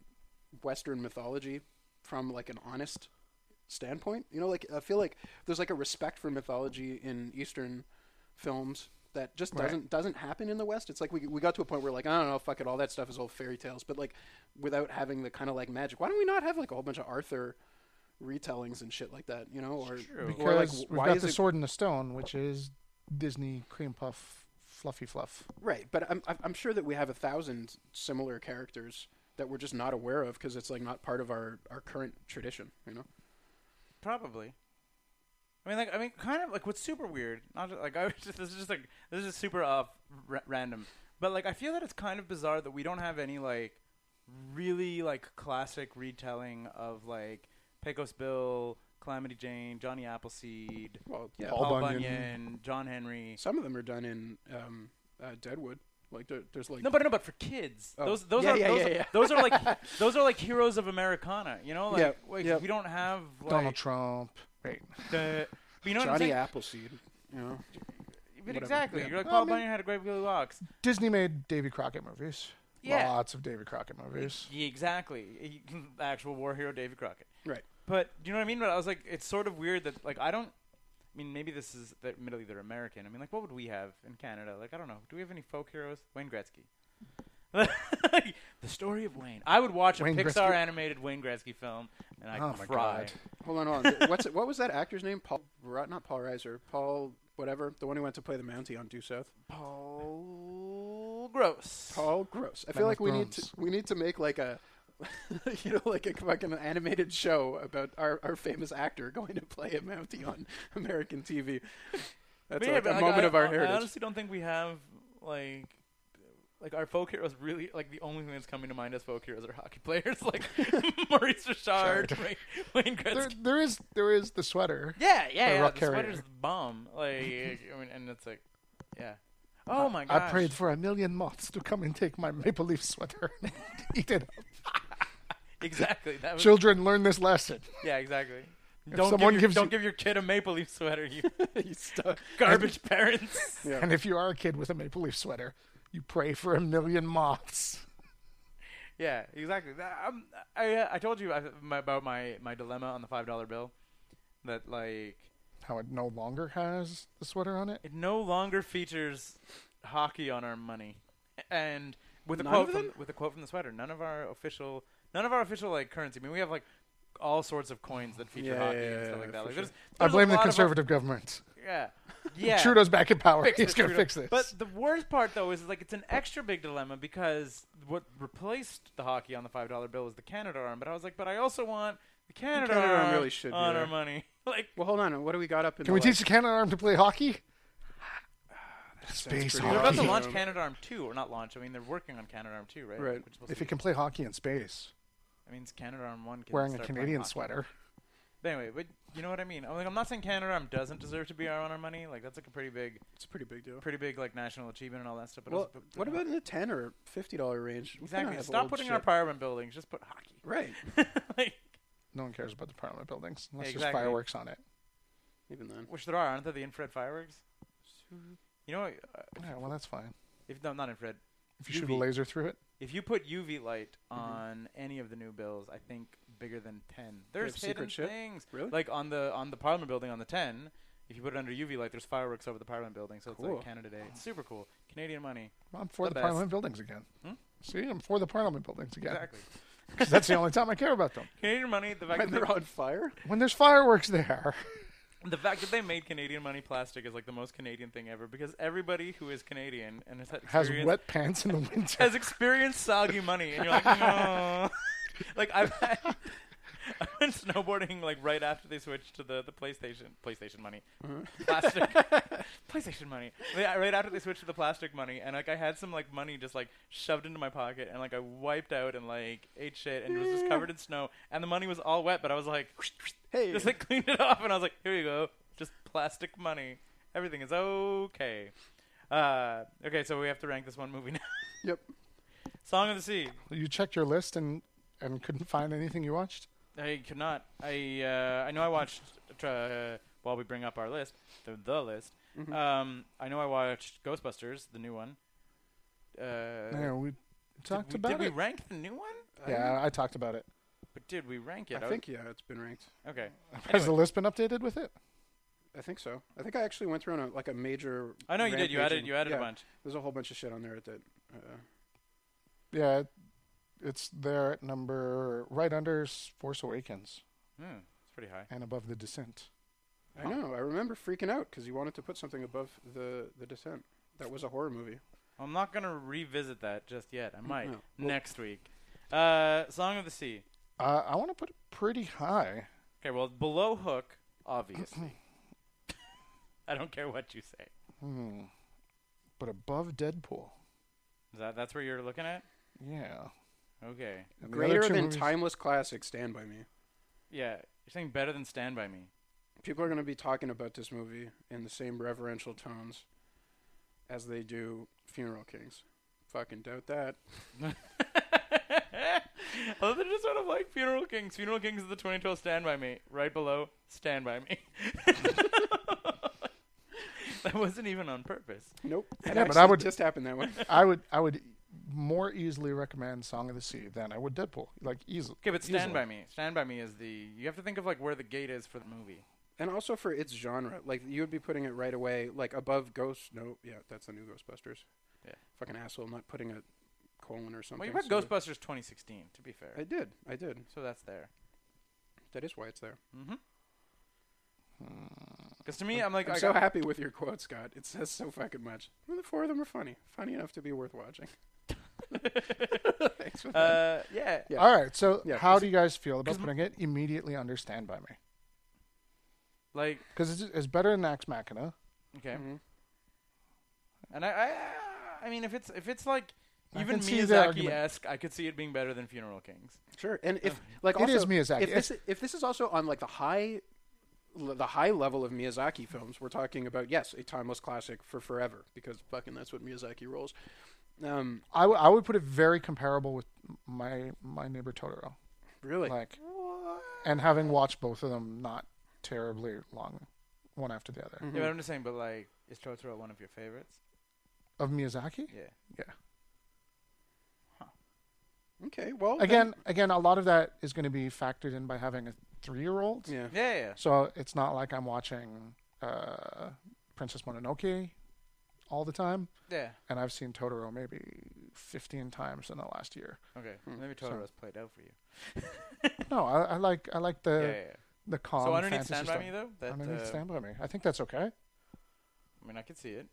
Western mythology from like an honest standpoint. You know, like I feel like there's like a respect for mythology in Eastern films that just
Right.
doesn't doesn't happen in the West. It's like we we got to a point where like I don't know, fuck it, all that stuff is old fairy tales. But like without having the kind of like magic, why don't we not have like a whole bunch of Arthur retellings and shit like that? You know, or
True.
because
or like
we've
why
got
is
the
it
Sword and the Stone, which is Disney cream puff, fluffy fluff.
Right, but I'm I'm- I'm sure that we have a thousand similar characters that we're just not aware of because it's like not part of our our current tradition. You know,
Probably. I mean, like, I mean, kind of like what's super weird. Not just, like *laughs* I was just this is just like this is super off ra- random, but like I feel that it's kind of bizarre that we don't have any like really like classic retelling of like Pecos Bill, Calamity Jane, Johnny Appleseed,
well, yeah,
Paul
Paul,
Bunyan.
Bunyan. John Henry.
some of them are done in um, uh, Deadwood. Like there, there's like
No, but no, but for kids,
Oh.
those those
Yeah,
are
yeah,
those,
yeah,
are-
yeah.
those are
*laughs*
like those are like heroes of Americana. You know, like,
Yeah,
like
yeah.
we don't have like,
Donald Trump. Right.
the- but you know what I'm
Johnny
saying?
Appleseed. You know,
But
Whatever.
exactly.
Yeah.
You're like
Well, I
Paul
mean-
Bunyan had a great Blue Locks.
Disney made Davy Crockett movies.
Yeah.
Lots of Davy Crockett movies.
Yeah, exactly. *laughs* Actual war hero David Crockett.
right?
But do you know what I mean? But I was like, it's sort of weird that like I don't. I mean, maybe this is that admittedly they're American. I mean, like, what would we have in Canada? Like, I don't know. Do we have any folk heroes? Wayne Gretzky. *laughs* the story of Wayne. I would watch
Wayne
a Pixar
Gretzky?
animated Wayne Gretzky film, and I
Oh
would
my
cry.
God.
Hold on, hold on. What's it, what was that actor's name? Paul, Ru- not Paul Reiser. Paul whatever, the one who went to play the Mountie on Due South.
Paul Gross.
Paul Oh, Gross. I feel
Mammoth
like we need to
Bones.
we need to make like a. *laughs* you know, like a fucking animated show about our, our famous actor going to play a Mountie on American TV. That's
But yeah,
like
but,
a
like,
moment
I,
of our
I
heritage.
honestly don't think we have like like our folk heroes really like the only thing that's coming to mind as folk heroes are hockey *laughs* players like Maurice Richard, Wayne, Wayne
There,
Gretzky.
there is there is the sweater.
Yeah, yeah,
the
yeah.
rock
The
carrier.
sweater's the bomb. Like I mean, and it's like, yeah. Oh my god.
I prayed for a million moths to come and take my maple leaf sweater *laughs* and eat it up.
*laughs* exactly. That was,
Children learn this lesson.
yeah, exactly. Don't give,
someone
your,
gives
don't
you-
give your kid a maple leaf sweater.
*laughs*
You
*laughs* You stuck.
garbage parents. *laughs*
Yeah.
And if you are a kid with a maple leaf sweater, you pray for a million moths.
Yeah, exactly. That- Um, I uh, I told you I- my- about my my dilemma on the five dollar bill, that like
How it no longer has the sweater on it.
it no longer features hockey on our money, and with a
None
quote
of
from, with a quote from the sweater, none of our official none of our official like currency. I mean, we have like all sorts of coins that feature
Yeah,
hockey
yeah,
and
yeah,
stuff like
for
that. Like,
sure.
there's,
I
there's a
blame the
lot of our-
conservative government.
*laughs*
*laughs*
yeah, yeah.
Trudeau's back in power.
Fix
He's
it,
going to
Trudeau.
fix this.
But the worst part though is, is like it's an extra big dilemma because what replaced the hockey on the five dollar bill is the Canada arm. But I was like, but I also want the Canada,
Canada arm
arm
really should be
on
there.
our money. *laughs* like
Well, hold on. What do we got up in?
Can
the
we
left?
teach the Canada arm to play
*sighs*
hockey? Space
pretty
hockey.
they're about to
Yeah.
launch Canada arm two, or not launch? I mean, they're working on Canada arm two, right?
Right.
Which we'll
If
see.
it can play hockey in space,
I mean, it's Canada arm one. Can
wearing a
start playing
Canadian
hockey.
sweater.
But anyway, but you know what I mean. I'm like, I'm not saying Canada arm doesn't deserve to be on our money. Like that's like a pretty big,
It's a pretty big deal.
pretty big like national achievement and all that stuff. But
Well,
also, but-
what about in the ten or fifty dollar range? We kinda
exactly?
have
Stop
old
putting
shit.
our power on buildings. Just put hockey. *laughs*
right.
like,
No one cares about the Parliament buildings unless
Exactly.
there's fireworks on it.
Even then,
Which there are, aren't there? The infrared fireworks. You know, uh,
Yeah, well, that's fine.
if no, not infrared.
If you shoot a
UV.
laser through it,
If you put UV light
Mm-hmm.
on any of the new bills, I think bigger than ten. There's
have
hidden
secret shit?
things.
Really?
Like on the on the Parliament building on the ten. If you put it under UV light, there's fireworks over the Parliament building, so it's
Cool.
like Canada Day. It's super cool. Canadian money.
well, I'm for
The
the,
best. Hmm?
Parliament buildings again. See, I'm for the Parliament buildings again.
Exactly.
'Cause that's the only time I care about them.
Canadian money. The fact
and
that
they're on fire.
When there's fireworks there.
*laughs*
*laughs*
The fact that they made Canadian money plastic is like the most Canadian thing ever because everybody who is Canadian and has had
has
experience-
wet pants in
*laughs*
the winter.
has experienced soggy money, and you're like, no. like I've had, *laughs* I went snowboarding like right after they switched to the, the PlayStation PlayStation money, plastic PlayStation money. Yeah, right after they switched to the plastic money, and like I had some like money just like shoved into my pocket, and like I wiped out and like ate shit, and it was just covered in snow, and the money was all wet, but I was like,
Hey.
just like *laughs* cleaned it off, and I was like, here you go, just plastic money. Everything is okay. Uh, okay, so we have to rank this one movie *laughs* now.
Yep.
Song of the Sea.
you checked your list and and couldn't find anything you watched.
I could not. I uh, I know I watched. Uh, while we bring up our list, the, the list.
Mm-hmm.
Um, I know I watched Ghostbusters, the new one. Uh,
yeah, we talked
did we,
about
did we
it.
rank the new one?
yeah, I talked about it.
But did we rank it?
I
was-
think yeah, it's been ranked.
Okay.
Has the
Anyway.
list been updated with it?
I think so. I think I actually went through on a, like a major.
I know you did. You
rampage
added
and-
you added
yeah,
a bunch.
There's a whole bunch of shit on there that. Uh,
Yeah, it- it's there at number right under S- Force Awakens
Hmm, it's pretty high.
and above The Descent.
I know. I remember freaking out because you wanted to put something above the the descent. That was a horror movie.
I'm not gonna revisit that just yet. I might
no.
Mm-hmm.
Well-
next week. Uh, Song of the Sea.
Uh, I want to put it pretty high. *clears throat*
Okay, well below Hook,
*laughs*
obviously. I don't care what you say.
Hmm. But above Deadpool.
Is that that's where you're looking at?
Yeah.
Okay.
And the other
Greater
two
than
movies-
timeless classic Stand by Me.
Yeah, you're saying better than Stand by Me. *laughs*
People are going to be talking about this movie in the same reverential tones as they do Funeral Kings. Fucking doubt that.
Although they're just sort of like Funeral Kings. Funeral Kings is the 2012 Stand By Me. Right below Stand By Me. *laughs* that wasn't even on purpose.
Nope. That
Yeah, but I
actually
would-
just happened that way. *laughs*
I would I would more easily recommend Song of the Sea than I would Deadpool. Like easily.
Okay, but Stand By Me. Stand By Me is the. You have to think of like where the gate is for the movie.
and also for its genre, like you would be putting it right away, like above Ghost. No, yeah, that's the new Ghostbusters.
Yeah.
Fucking asshole, not putting a colon or something.
Well, you put
so-
Ghostbusters 2016, to be fair.
I did. I did.
so that's there.
That is why it's there.
Because to me, I'm like,
I'm
I
so
got-
happy with your quote, Scott. It says so fucking much. Well, the four of them are funny, funny enough to be worth watching. *laughs* Thanks for that.
uh, yeah.
Yeah.
All right. So
Yeah,
how
'cause-
do you guys feel about putting it immediately under Stand By Me?
Like,
Because it's, it's better than Axe Machina.
okay.
Mm-hmm.
Mhm.
And I, I, I mean, if it's if it's like
I
even
can see the argument.
Miyazaki-esque, I could see it being better than Funeral Kings.
Sure. And if like
It
Uh, also,
is Miyazaki.
If this, if this is also on like the high, l- the high level of Miyazaki films, we're talking about yes, a timeless classic for forever because fucking that's what Miyazaki rolls. Um,
I, w- I would put it very comparable with my my neighbor Totoro.
really.
Like, and having watched both of them not terribly long, one after the
Mm.
other.
Yeah, but I'm just saying. But like, is Totoro one of your favorites?
Of Miyazaki?
Yeah.
Yeah.
okay. Well, then-
Again, again, a lot of that is going to be factored in by having a three-year-old.
yeah.
Yeah, yeah.
So it's not like I'm watching uh, Princess Mononoke all the time,
Yeah.
and I've seen Totoro maybe 15 times in the last year.
Okay.
Mm-hmm.
Maybe Totoro's played out for you.
No, I, I like I like the
yeah, yeah. yeah.
the calm.
so underneath
fantasy
Stand by
stuff.
Me though, that
underneath
uh,
Stand by Me, I think that's okay.
I mean, I could see it.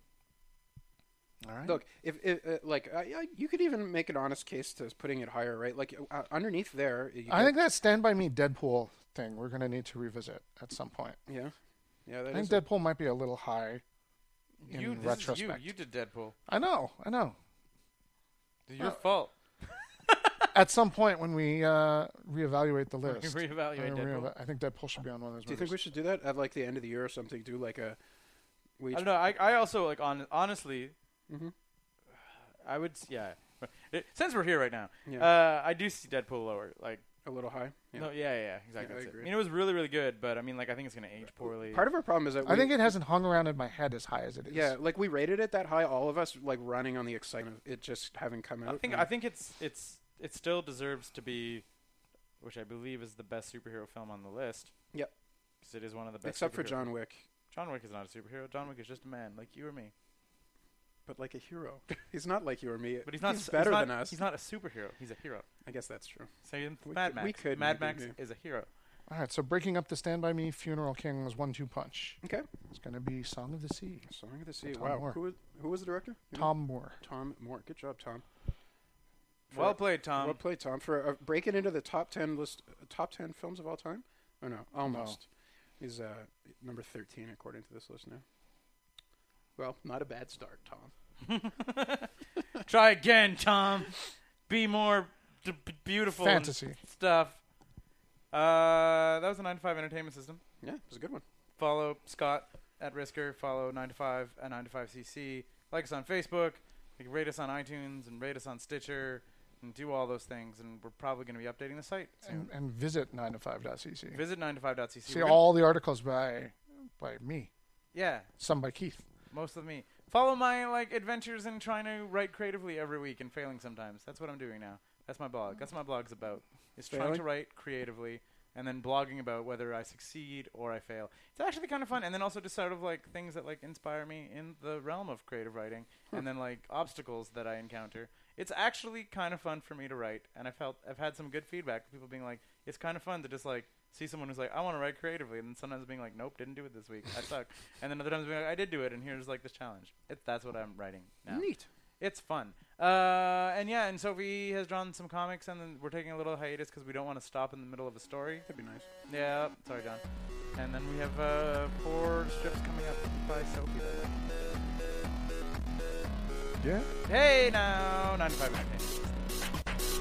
All right.
Look, if, if uh, like uh, yeah, you could even make an honest case to putting it higher, right? Like uh, underneath there, you
I
get-
think that Stand by Me Deadpool thing we're gonna need to revisit at some point.
yeah, yeah.
I
That
think
is
Deadpool might be a little high. In
you, this
retrospect,
is you. You did Deadpool.
I know, I know.
It's
Uh,
your fault.
At some point when we uh, reevaluate the list,
reevaluate
I mean,
Deadpool.
reeva- I think Deadpool should be on one of those.
Do you think we
movies.
should do that at like the end of the year or something? Do like a we
I don't know. I, I also like on honestly,
Mm-hmm.
I would s- yeah. It- since we're here right now,
Yeah.
uh, I do see Deadpool lower. Like
a little high? Yeah.
no, yeah, yeah, exactly.
I
that's it.
agree.
I mean, it was really, really good, but I mean, like, I think it's gonna age poorly.
Part of our problem is that
I
we,
think it hasn't hung around in my head as high as it is.
yeah, like we rated it that high, all of us like running on the excitement of it just having come out.
I think
and-
I think it's it's it still deserves to be, which I believe is the best superhero film on the list.
Yep.
'Cause it is one of the best.
except for
superhero-
John Wick,
John Wick is not a superhero. John Wick is just a man, like you or me.
but like a hero. *laughs* he's not like you or me,
But he's not. s-
better
not-
than us.
He's not a superhero. He's a hero.
I guess that's true.
Same with
We
Mad
could-
Max.
we could
Mad
maybe
Max
do.
is a hero.
All right, so breaking up the Stand By Me Funeral Kings one two punch.
Okay,
It's going to be Song of the Sea.
Song of the Sea.
Tom
wow,
Moore.
who was, who was the director? You know?
Tom Moore.
Tom Moore. Good job, Tom. For-
Well played, Tom.
well played, Tom, for uh, breaking into the top ten list, uh, top ten films of all time. Oh no, almost. He's uh, number thirteen according to this list now. Well, not a bad start, Tom.
Try again, Tom. Be more d- b- beautiful. and
Fantasy.
stuff. Uh, that was the 9 to 5 entertainment system.
Yeah, it was a good one.
Follow Scott at Risker. Follow 9 to 5 at 9 to 5 CC. Like us on Facebook. You can rate us on iTunes and rate us on Stitcher and do all those things. And we're probably going to be updating the site soon.
And, and visit 9to5.cc.
Visit 9 to 5.cc.
See all the articles by by me,
Yeah,
some by Keith.
most of me. Follow my like adventures in trying to write creatively every week and failing sometimes. That's what I'm doing now. That's my blog. That's what my blog's about. It's trying
Failing?
to write creatively and then blogging about whether I succeed or I fail. It's actually kind of fun, and then also just sort of like things that like inspire me in the realm of creative writing, and then like obstacles that I encounter. It's actually kind of fun for me to write, and I felt I've had some good feedback. People being like, "It's kind of fun to just like see someone who's like, I want to write creatively," and then sometimes being like, "Nope, didn't do it this week. I suck," and then other times being like, "I did do it, and here's like this challenge." It, that's what I'm writing now.
Neat.
It's fun. Uh, and yeah, and Sophie has drawn some comics, and then we're taking a little hiatus because we don't want to stop in the middle of a story.
That'd be nice.
Yeah, oh, sorry, John. And then we have uh, four strips coming up by Sophie. that way.
Yeah.
Hey now, 95 minute pace.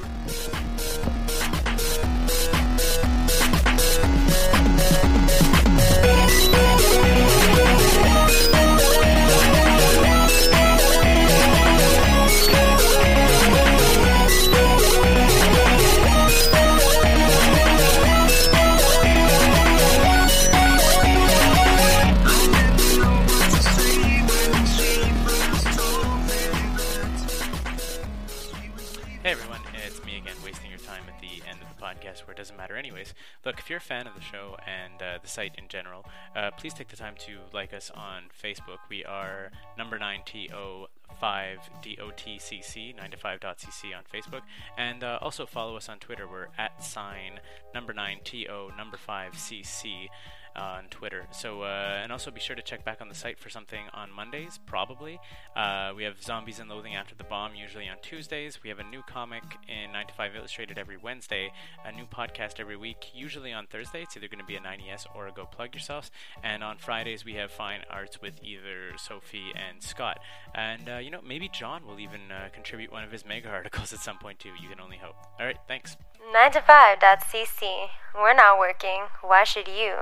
Hey everyone, it's me again, wasting your time at the end of the podcast where it doesn't matter, anyways. Look, if you're a fan of the show and uh, the site in general, uh, please take the time to like us on Facebook. We are number 9TO5DOTCC, 9to5.cc on Facebook, and uh, also follow us on Twitter. We're at sign number 9TO number 5CC on Twitter. So, uh, and also be sure to check back on the site for something on Mondays, probably. Uh, we have Zombies and Loathing After the Bomb usually on Tuesdays. We have a new comic in 9 to 5 Illustrated every Wednesday, a new podcast every week, usually on Thursday. It's either going to be a 90S or a Go Plug Yourselves. And on Fridays, we have Fine Arts with either Sophie and Scott. And, uh, you know, maybe John will even uh, contribute one of his mega *laughs* articles at some point, too. You can only hope. All right, thanks.
9to5.cc. We're not working. Why should you?